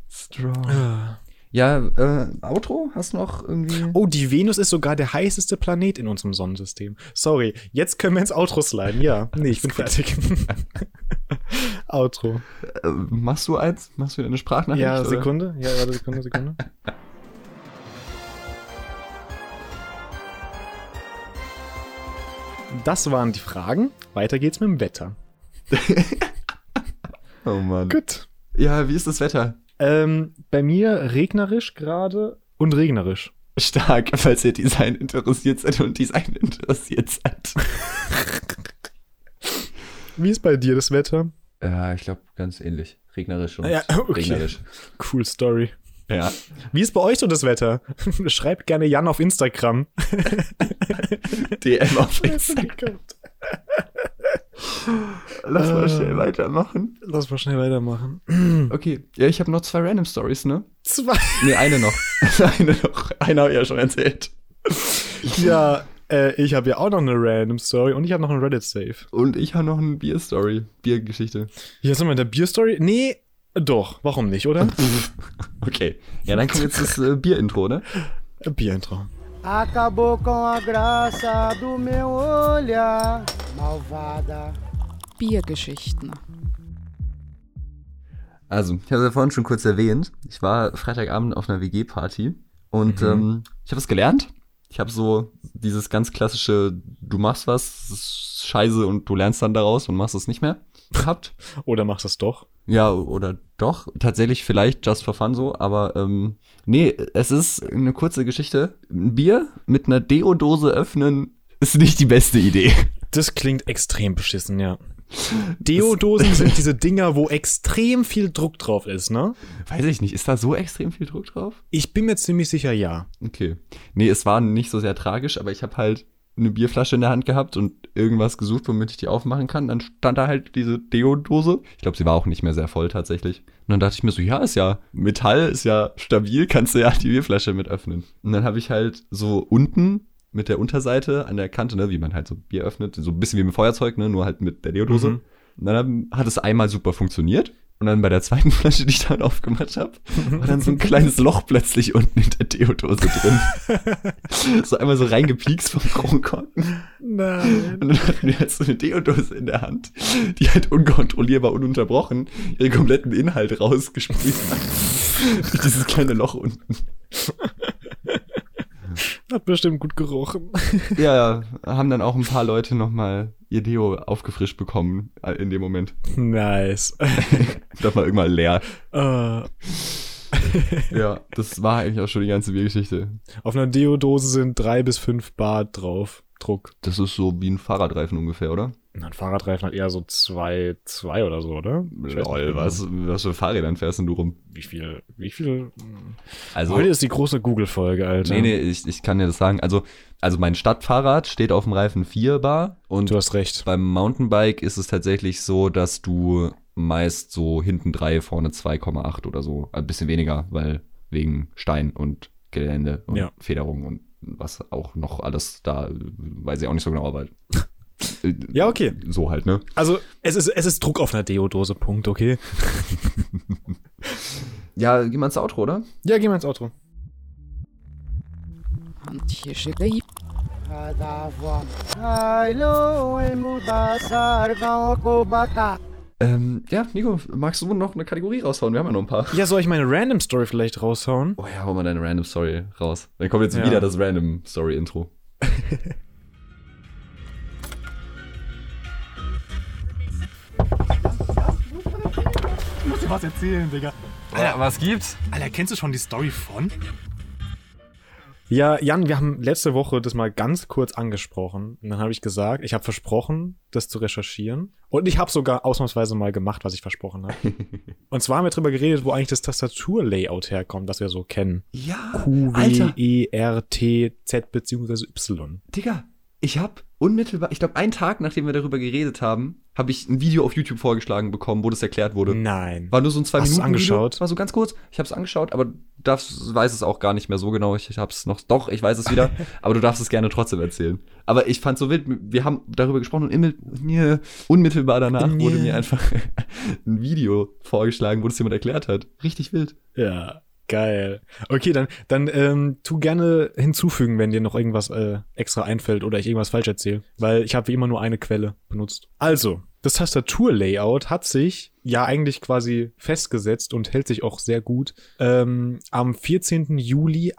Strong. Ah. Ja, äh, Outro? Hast du noch irgendwie? Oh, die Venus ist sogar der heißeste Planet in unserem Sonnensystem. Sorry, jetzt können wir ins Outro sliden. Ja, nee, ich bin fertig. Outro. Äh, machst du eins? Machst du wieder eine Sprachnachricht? Ja, oder? Sekunde. Ja, warte, Sekunde, Sekunde. Das waren die Fragen. Weiter geht's mit dem Wetter. Oh Mann. Gut. Ja, wie ist das Wetter? Ähm, bei mir regnerisch gerade und regnerisch. Stark, falls ihr Design interessiert seid und Design interessiert seid. Wie ist bei dir das Wetter? Ja, ich glaube, ganz ähnlich. Regnerisch und Ja, okay. regnerisch. Cool Story. Ja. Wie ist bei euch so das Wetter? Schreibt gerne Jan auf Instagram. DM auf Instagram. Lass mal schnell weitermachen. Lass mal schnell weitermachen. Okay, ja, ich habe noch zwei Random Stories, ne? Zwei. Nee, eine noch. eine noch. Eine habe ich ja schon erzählt. Ja, äh, ich habe ja auch noch eine Random Story und ich habe noch einen Reddit-Save. Und ich habe noch eine Bier-Story. Biergeschichte. Hier sind wir in der Bierstory. Nee, doch, warum nicht, oder? Okay. Ja, dann kommt jetzt das äh, Bier-Intro, ne? Bierintro. Acabou com a graça do meu olhar, malvada. Biergeschichten. Also, ich habe es ja vorhin schon kurz erwähnt. Ich war Freitagabend auf einer WG-Party und ähm, ich habe es gelernt. Ich habe so dieses ganz klassische, du machst was, das ist scheiße und du lernst dann daraus und machst es nicht mehr gehabt. Oder machst du es doch? Ja, oder doch. Tatsächlich vielleicht just for fun so, aber ähm, nee, es ist eine kurze Geschichte. Ein Bier mit einer Deo-Dose öffnen ist nicht die beste Idee. Das klingt extrem beschissen, ja. Deodosen sind diese Dinger, wo extrem viel Druck drauf ist, ne? Weiß ich nicht, ist da so extrem viel Druck drauf? Ich bin mir ziemlich sicher, ja. Okay. Nee, es war nicht so sehr tragisch, aber ich habe halt eine Bierflasche in der Hand gehabt und irgendwas gesucht, womit ich die aufmachen kann. Dann stand da halt diese Deo-Dose. Ich glaube, sie war auch nicht mehr sehr voll tatsächlich. Und dann dachte ich mir so, ja, ist ja Metall, ist ja stabil, kannst du ja die Bierflasche mit öffnen. Und dann habe ich halt so unten mit der Unterseite an der Kante, ne, wie man halt so Bier öffnet, so ein bisschen wie mit Feuerzeug, ne, nur halt mit der Deodose. Mhm. Und dann haben- hat es einmal super funktioniert. Und dann bei der zweiten Flasche, die ich dann aufgemacht habe, war dann so ein kleines Loch plötzlich unten in der Deodose drin. so einmal so reingepiekst vom Kronkorken. Nein. Und dann hatten wir halt so eine Deodose in der Hand, die halt unkontrollierbar, ununterbrochen ihren kompletten Inhalt rausgespielt hat. Durch dieses kleine Loch unten. Hat bestimmt gut gerochen. Ja, haben dann auch ein paar Leute nochmal ihr Deo aufgefrischt bekommen äh, in dem Moment. Nice. Das war irgendwann leer. Äh, ja, das war eigentlich auch schon die ganze Biergeschichte. Auf einer Deo-Dose sind drei bis fünf Bar drauf. Druck. Das ist so wie ein Fahrradreifen ungefähr, oder? Na, Ein Fahrradreifen hat eher so zwei, zwei oder so, oder? Ich weiß nicht Lol, genau. was, was für Fahrrädern fährst denn du rum? Wie viel, wie viel? Also, Heute ist die große Google-Folge, Alter. nee, nee, ich, ich kann dir das sagen. Also, also mein Stadtfahrrad steht auf dem Reifen 4 Bar und Du hast recht. beim Mountainbike ist es tatsächlich so, dass du meist so hinten 3, vorne 2,8 oder so. Ein bisschen weniger, weil wegen Stein und Gelände und Ja. Federung und was auch noch alles da, äh, weiß ich auch nicht so genau, aber Ja, okay. so halt, ne? Also, es ist, es ist Druck auf einer Deo-Dose, Punkt, okay? Ja, gehen wir ins Outro, oder? Ja, gehen wir ins Outro. Antje Schiller cada vó. Ai, lo, em mudar, vão cobatar. Ähm, ja, Nico, magst du noch eine Kategorie raushauen? Wir haben ja noch ein paar. Ja, soll ich meine Random-Story vielleicht raushauen? Oh ja, hau mal deine Random Story raus. Dann kommt jetzt Ja. wieder das Random Story Intro. Ich muss dir was erzählen, Digga. Alter, was gibt's? Alter, kennst du schon die Story von? Ja, Jan, wir haben letzte Woche das mal ganz kurz angesprochen. Und dann habe ich gesagt, ich habe versprochen, das zu recherchieren. Und ich habe sogar ausnahmsweise mal gemacht, was ich versprochen habe. Und zwar haben wir drüber geredet, wo eigentlich das Tastatur-Layout herkommt, das wir so kennen. Ja, Q, W, E, R, T, Z beziehungsweise Y. Digga, ich hab unmittelbar, ich glaube, einen Tag, nachdem wir darüber geredet haben, habe ich ein Video auf YouTube vorgeschlagen bekommen, wo das erklärt Mhm. wurde. Nein. War nur so ein zwei Hast du's minuten angeschaut? Video. War so ganz kurz. Ich habe es angeschaut, aber du darfst, weiß es auch gar nicht mehr so genau. Ich habe es noch, doch, ich weiß es wieder. aber du darfst es gerne trotzdem erzählen. Aber ich fand so wild. Wir haben darüber gesprochen und immel- mir- unmittelbar danach Mir. wurde mir einfach ein Video vorgeschlagen, wo das jemand erklärt hat. Richtig wild. Ja, geil. Okay, dann, dann ähm, tu gerne hinzufügen, wenn dir noch irgendwas äh, extra einfällt oder ich irgendwas falsch erzähle, weil ich habe wie immer nur eine Quelle benutzt. Also, das Tastaturlayout hat sich ja eigentlich quasi festgesetzt und hält sich auch sehr gut ähm, am 14. Juli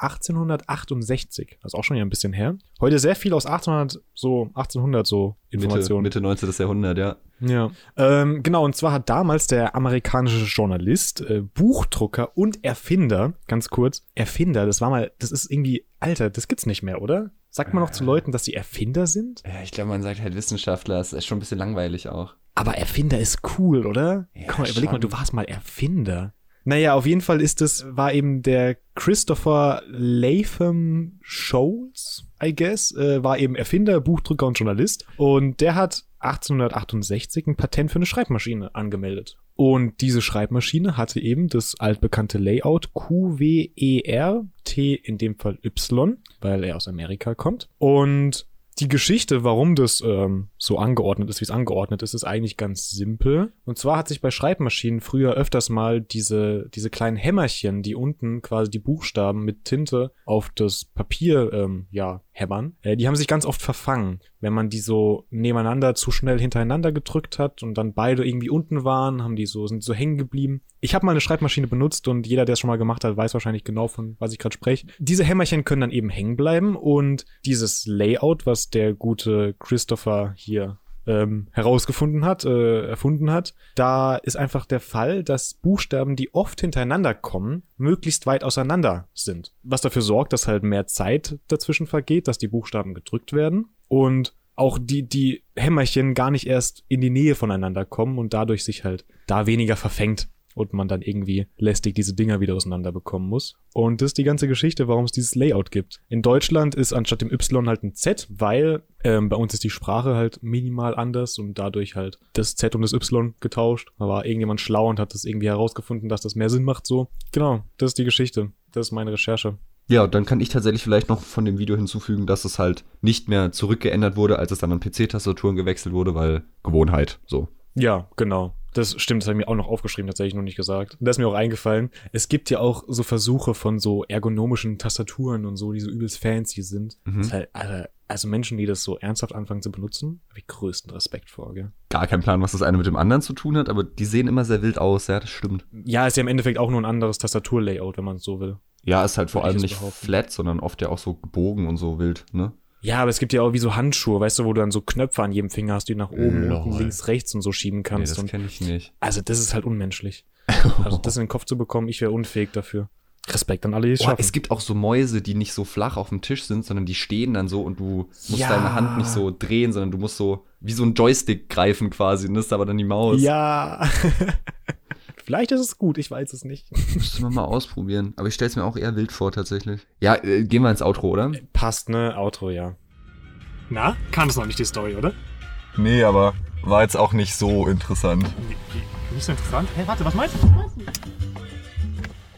1868. Das ist auch schon ja ein bisschen her. Heute sehr viel aus 1800 so 1800 so Mitte, Informationen. Mitte 19. Jahrhundert, ja. Ja. Ähm, genau, und zwar hat damals der amerikanische Journalist, äh, Buchdrucker und Erfinder, ganz kurz, Erfinder, das war mal, das ist irgendwie, Alter, das gibt's nicht mehr, oder? Sagt man noch zu Leuten, dass sie Erfinder sind? Ja, ich glaube, man sagt halt Wissenschaftler. Das ist schon ein bisschen langweilig auch. Aber Erfinder ist cool, oder? Ja, Komm mal, überleg schon. mal, du warst mal Erfinder. Naja, auf jeden Fall ist es, war eben der Christopher Latham Scholes, I guess, äh, war eben Erfinder, Buchdrucker und Journalist. Und der hat 1868 ein Patent für eine Schreibmaschine angemeldet. Und diese Schreibmaschine hatte eben das altbekannte Layout QWER, T in dem Fall Y, weil er aus Amerika kommt. Und die Geschichte, warum das ähm, so angeordnet ist, wie es angeordnet ist, ist eigentlich ganz simpel. Und zwar hat sich bei Schreibmaschinen früher öfters mal diese, diese kleinen Hämmerchen, die unten quasi die Buchstaben mit Tinte auf das Papier ähm, ja, hämmern, äh, die haben sich ganz oft verfangen. Wenn man die so nebeneinander zu schnell hintereinander gedrückt hat und dann beide irgendwie unten waren, haben die so, sind so hängen geblieben. Ich habe mal eine Schreibmaschine benutzt und jeder, der es schon mal gemacht hat, weiß wahrscheinlich genau, von was ich gerade spreche. Diese Hämmerchen können dann eben hängen bleiben und dieses Layout, was der gute Christopher hier ähm, herausgefunden hat, äh, erfunden hat, da ist einfach der Fall, dass Buchstaben, die oft hintereinander kommen, möglichst weit auseinander sind. Was dafür sorgt, dass halt mehr Zeit dazwischen vergeht, dass die Buchstaben gedrückt werden und auch die, die Hämmerchen gar nicht erst in die Nähe voneinander kommen und dadurch sich halt da weniger verfängt und man dann irgendwie lästig diese Dinger wieder auseinander bekommen muss. Und das ist die ganze Geschichte, warum es dieses Layout gibt. In Deutschland ist anstatt dem Y halt ein Z, weil ähm, bei uns ist die Sprache halt minimal anders und dadurch halt das Z und das Y getauscht. Da war irgendjemand schlau und hat das irgendwie herausgefunden, dass das mehr Sinn macht so. Genau, das ist die Geschichte. Das ist meine Recherche. Ja, und dann kann ich tatsächlich vielleicht noch von dem Video hinzufügen, dass es halt nicht mehr zurückgeändert wurde, als es dann an PC-Tastaturen gewechselt wurde, weil Gewohnheit so. Ja, genau. Das stimmt, das habe ich mir auch noch aufgeschrieben, tatsächlich noch nicht gesagt. Und das ist mir auch eingefallen. Es gibt ja auch so Versuche von so ergonomischen Tastaturen und so, die so übelst fancy sind. Mhm. Das ist halt, Alter, also Menschen, die das so ernsthaft anfangen zu benutzen, habe ich größten Respekt vor, gell? Gar kein Plan, was das eine mit dem anderen zu tun hat, aber die sehen immer sehr wild aus, ja, das stimmt. Ja, ist ja im Endeffekt auch nur ein anderes Tastaturlayout, wenn man es so will. Ja, ist halt vor Würde ich allem jetzt nicht behaupten. flat, sondern oft ja auch so gebogen und so wild, ne? Ja, aber es gibt ja auch wie so Handschuhe, weißt du, wo du dann so Knöpfe an jedem Finger hast, die du nach oben, unten, links, rechts und so schieben kannst. und kenne ich nicht. also das ist halt unmenschlich. Also das in den Kopf zu bekommen, ich wäre unfähig dafür. Respekt an alle, die es Boah, schaffen. es gibt auch so Mäuse, die nicht so flach auf dem Tisch sind, sondern die stehen dann so und du musst Ja. deine Hand nicht so drehen, sondern du musst so wie so ein Joystick greifen quasi und das ist aber dann die Maus. ja. Vielleicht ist es gut, ich weiß es nicht. Müssen wir mal ausprobieren. Aber ich stelle es mir auch eher wild vor tatsächlich. Ja, äh, gehen wir ins Outro, oder? Passt, ne? Outro, ja. Na, kann es noch nicht die Story, oder? Nee, aber war jetzt auch nicht so interessant. Nee, nee, Nicht so interessant. Hä, warte, was meinst du? Was meinst du?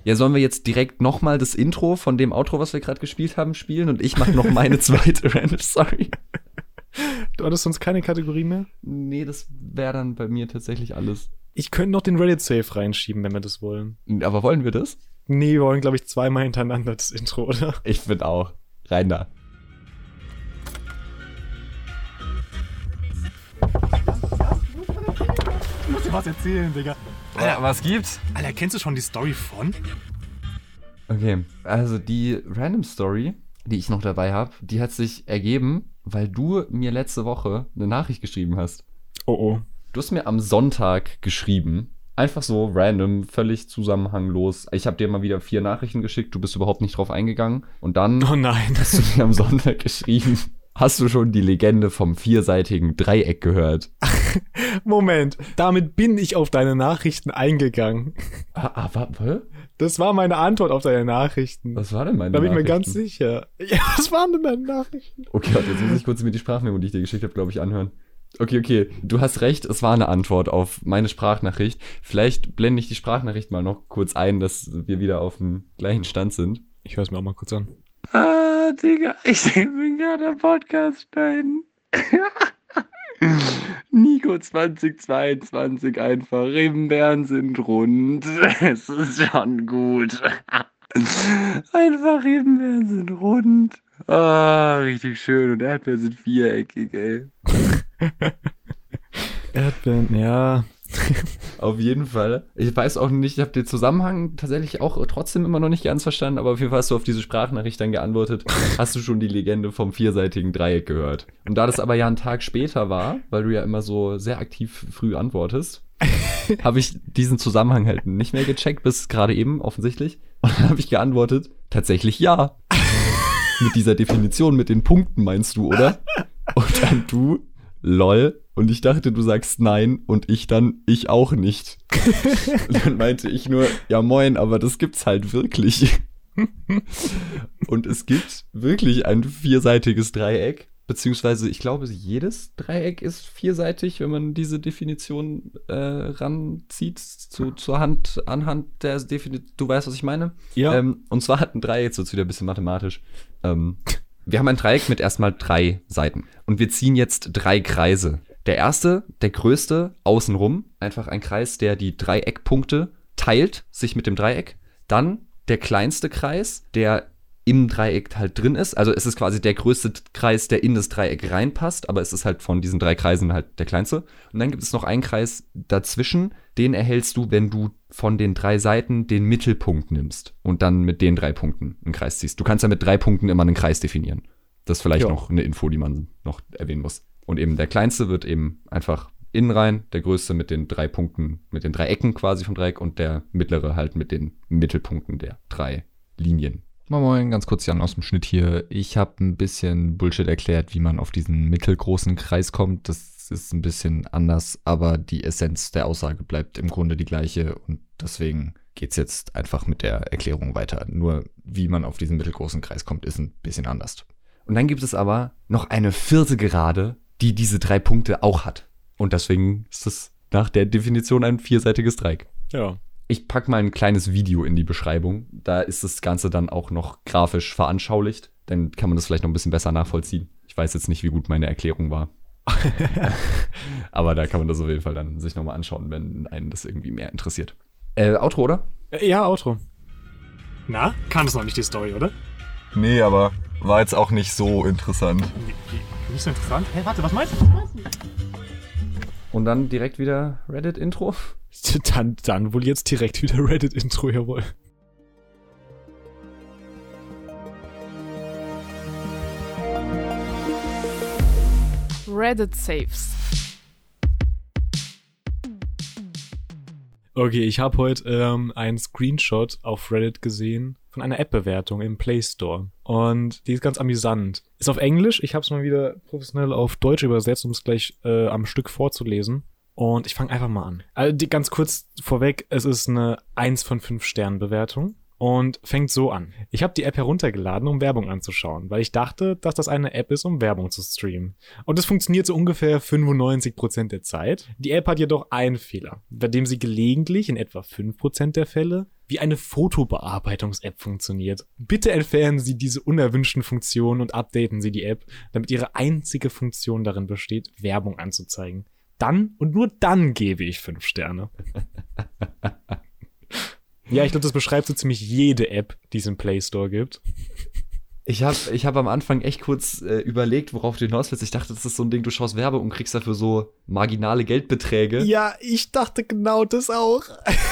Ja, sollen wir jetzt direkt nochmal das Intro von dem Outro, was wir gerade gespielt haben, spielen und ich mache noch meine zweite Random Sorry. Du hattest sonst keine Kategorie mehr? Nee, das wäre dann bei mir tatsächlich alles. Ich könnte noch den Reddit-Safe reinschieben, wenn wir das wollen. Aber wollen wir das? Nee, wir wollen, glaube ich, zweimal hintereinander das Intro, oder? Ich finde auch. Rein da. Ich muss dir was erzählen, Digga. Ja, was gibt's? Alter, kennst du schon die Story von? Okay, also die Random Story, die ich noch dabei habe, die hat sich ergeben, weil du mir letzte Woche eine Nachricht geschrieben hast. Oh oh. Du hast mir am Sonntag geschrieben. Einfach so random, völlig zusammenhanglos. Ich habe dir mal wieder vier Nachrichten geschickt, du bist überhaupt nicht drauf eingegangen. Und dann Oh nein. hast du mir am Sonntag geschrieben. Hast du schon die Legende vom vierseitigen Dreieck gehört? Moment. Damit bin ich auf deine Nachrichten eingegangen. Ah, ah, wa- hä? Das war meine Antwort auf deine Nachrichten. Was war denn meine da bin ich mir ganz Nachrichten? sicher. Ja, was waren denn deine Nachrichten? Okay, warte, jetzt muss ich kurz mir die Sprachmemo, die ich dir geschickt habe, glaube ich, anhören. Okay, okay, du hast recht, es war eine Antwort auf meine Sprachnachricht. Vielleicht blende ich die Sprachnachricht mal noch kurz ein, dass wir wieder auf dem gleichen Stand sind. Ich höre es mir auch mal kurz an. Ah, Digga, ich bin gerade am Podcast schneiden. Nico 2022 einfach. Rebenbären sind rund. Es ist schon gut. Einfach Rebenbären sind rund. Ah, richtig schön. Und Erdbeeren sind viereckig, ey. Erdbeeren, ja. Auf jeden Fall. Ich weiß auch nicht, ich habe den Zusammenhang tatsächlich auch trotzdem immer noch nicht ganz verstanden, aber auf jeden Fall hast du auf diese Sprachnachricht dann geantwortet, hast du schon die Legende vom vierseitigen Dreieck gehört. Und da das aber ja ein Tag später war, weil du ja immer so sehr aktiv früh antwortest, habe ich diesen Zusammenhang halt nicht mehr gecheckt, bis gerade eben offensichtlich. Und dann habe ich geantwortet, tatsächlich ja. mit dieser Definition, mit den Punkten meinst du, oder? Und dann du, lol. Und ich dachte, du sagst nein und ich dann, ich auch nicht. Und dann meinte ich nur, ja moin, aber das gibt's halt wirklich. Und es gibt wirklich ein vierseitiges Dreieck. Beziehungsweise, ich glaube, jedes Dreieck ist vierseitig, wenn man diese Definition äh, ranzieht, zu, zur Hand, anhand der Definition. Du weißt, was ich meine? Ja. Ähm, und zwar hat ein Dreieck, jetzt wird's wieder ein bisschen mathematisch. Ähm, wir haben ein Dreieck mit erstmal drei Seiten. Und wir ziehen jetzt drei Kreise. Der erste, der größte, außenrum. Einfach ein Kreis, der die Dreieckpunkte teilt, sich mit dem Dreieck. Dann der kleinste Kreis, der im Dreieck halt drin ist. Also es ist quasi der größte Kreis, der in das Dreieck reinpasst, aber es ist halt von diesen drei Kreisen halt der kleinste. Und dann gibt es noch einen Kreis dazwischen, den erhältst du, wenn du von den drei Seiten den Mittelpunkt nimmst und dann mit den drei Punkten einen Kreis ziehst. Du kannst ja mit drei Punkten immer einen Kreis definieren. Das ist vielleicht Ja. noch eine Info, die man noch erwähnen muss. Und eben der kleinste wird eben einfach innen rein, der größte mit den drei Punkten, mit den drei Ecken quasi vom Dreieck und der mittlere halt mit den Mittelpunkten der drei Linien. Moin Moin, ganz kurz Jan aus dem Schnitt hier. Ich habe ein bisschen Bullshit erklärt, wie man auf diesen mittelgroßen Kreis kommt. Das ist ein bisschen anders, aber die Essenz der Aussage bleibt im Grunde die gleiche und deswegen geht's jetzt einfach mit der Erklärung weiter. Nur wie man auf diesen mittelgroßen Kreis kommt, ist ein bisschen anders. Und dann gibt es aber noch eine vierte Gerade, die diese drei Punkte auch hat. Und deswegen ist es nach der Definition ein vierseitiges Dreieck. Ja. Ich pack mal ein kleines Video in die Beschreibung. Da ist das Ganze dann auch noch grafisch veranschaulicht. Dann kann man das vielleicht noch ein bisschen besser nachvollziehen. Ich weiß jetzt nicht, wie gut meine Erklärung war. Aber da kann man das auf jeden Fall dann sich nochmal anschauen, wenn einen das irgendwie mehr interessiert. Äh, Outro, oder? Ja, Outro. Na, kann es noch nicht die Story, oder? Nee, aber war jetzt auch nicht so interessant. Nee, nee, Nicht so interessant. Hä, warte, was meinst du? Was meinst du? Und dann direkt wieder Reddit-Intro. Dann, dann wohl jetzt direkt wieder Reddit-Intro, jawohl. Reddit Saves. Okay, ich habe heute ähm, einen Screenshot auf Reddit gesehen von einer App-Bewertung im Play Store. Und die ist ganz amüsant. Ist auf Englisch, ich habe es mal wieder professionell auf Deutsch übersetzt, um es gleich äh, am Stück vorzulesen. Und ich fange einfach mal an. Also die, ganz kurz vorweg, es ist eine 1 von 5 Sternen Bewertung und fängt so an. Ich habe die App heruntergeladen, um Werbung anzuschauen, weil ich dachte, dass das eine App ist, um Werbung zu streamen. Und es funktioniert so ungefähr 95% der Zeit. Die App hat jedoch einen Fehler, bei dem sie gelegentlich in etwa 5% der Fälle wie eine Fotobearbeitungs-App funktioniert. Bitte entfernen Sie diese unerwünschten Funktionen und updaten Sie die App, damit Ihre einzige Funktion darin besteht, Werbung anzuzeigen. Dann und nur dann gebe ich fünf Sterne. Ja, ich glaube, das beschreibt so ziemlich jede App, die es im Play Store gibt. Ich habe ich hab am Anfang echt kurz äh, überlegt, worauf du hinaus willst. Ich dachte, das ist so ein Ding, du schaust Werbe und kriegst dafür so marginale Geldbeträge. Ja, ich dachte genau das auch.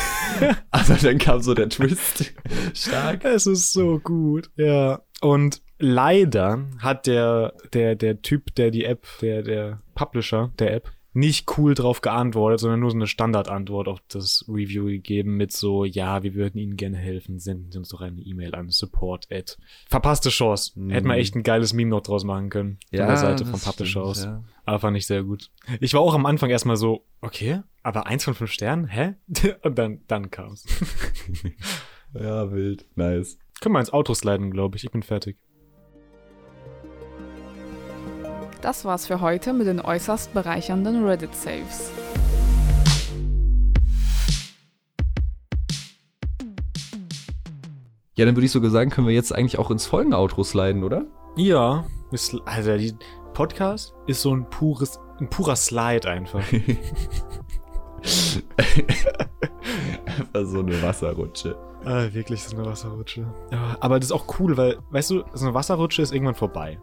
Aber dann kam so der Twist. Stark. Es ist so gut, ja. Und leider hat der, der, der Typ, der die App, der, der Publisher der App, nicht cool drauf geantwortet, sondern nur so eine Standardantwort auf das Review gegeben mit so, ja, wir würden Ihnen gerne helfen, senden Sie uns doch eine E-Mail an support at. Verpasste Chance. Mhm. Hätten wir echt ein geiles Meme noch draus machen können. von der Seite vom das Publisher stimmt, aus. ja. Aber fand ich sehr gut. Ich war auch am Anfang erstmal so, okay, aber eins von fünf Sternen, hä? Und dann, dann kam's. ja, wild. Nice. Können wir ins Outro sliden, glaube ich. Ich bin fertig. Das war's für heute mit den äußerst bereichernden Reddit-Saves. Ja, dann würde ich sogar sagen, können wir jetzt eigentlich auch ins Folgen-Outro sliden, oder? Ja, ist, also die Podcast ist so ein pures, ein purer Slide einfach. Einfach so eine Wasserrutsche. Ah, wirklich so eine Wasserrutsche. Ja, Aber das ist auch cool, weil, weißt du, so eine Wasserrutsche ist irgendwann vorbei.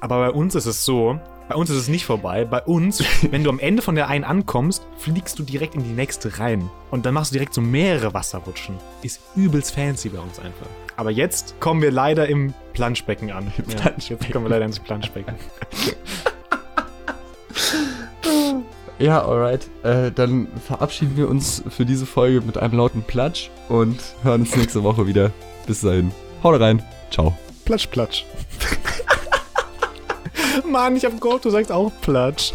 Aber bei uns ist es so, bei uns ist es nicht vorbei. Bei uns, wenn du am Ende von der einen ankommst, fliegst du direkt in die nächste rein. Und dann machst du direkt so mehrere Wasserrutschen. Ist übelst fancy bei uns einfach. Aber jetzt kommen wir leider im Planschbecken an. Ja, jetzt kommen wir leider ins Planschbecken. Ja, alright. Äh, dann verabschieden wir uns für diese Folge mit einem lauten Platsch und hören uns nächste Woche wieder. Bis dahin. Haut rein. Ciao. Platsch, platsch. Mann, ich hab gehofft, du sagst auch Platsch.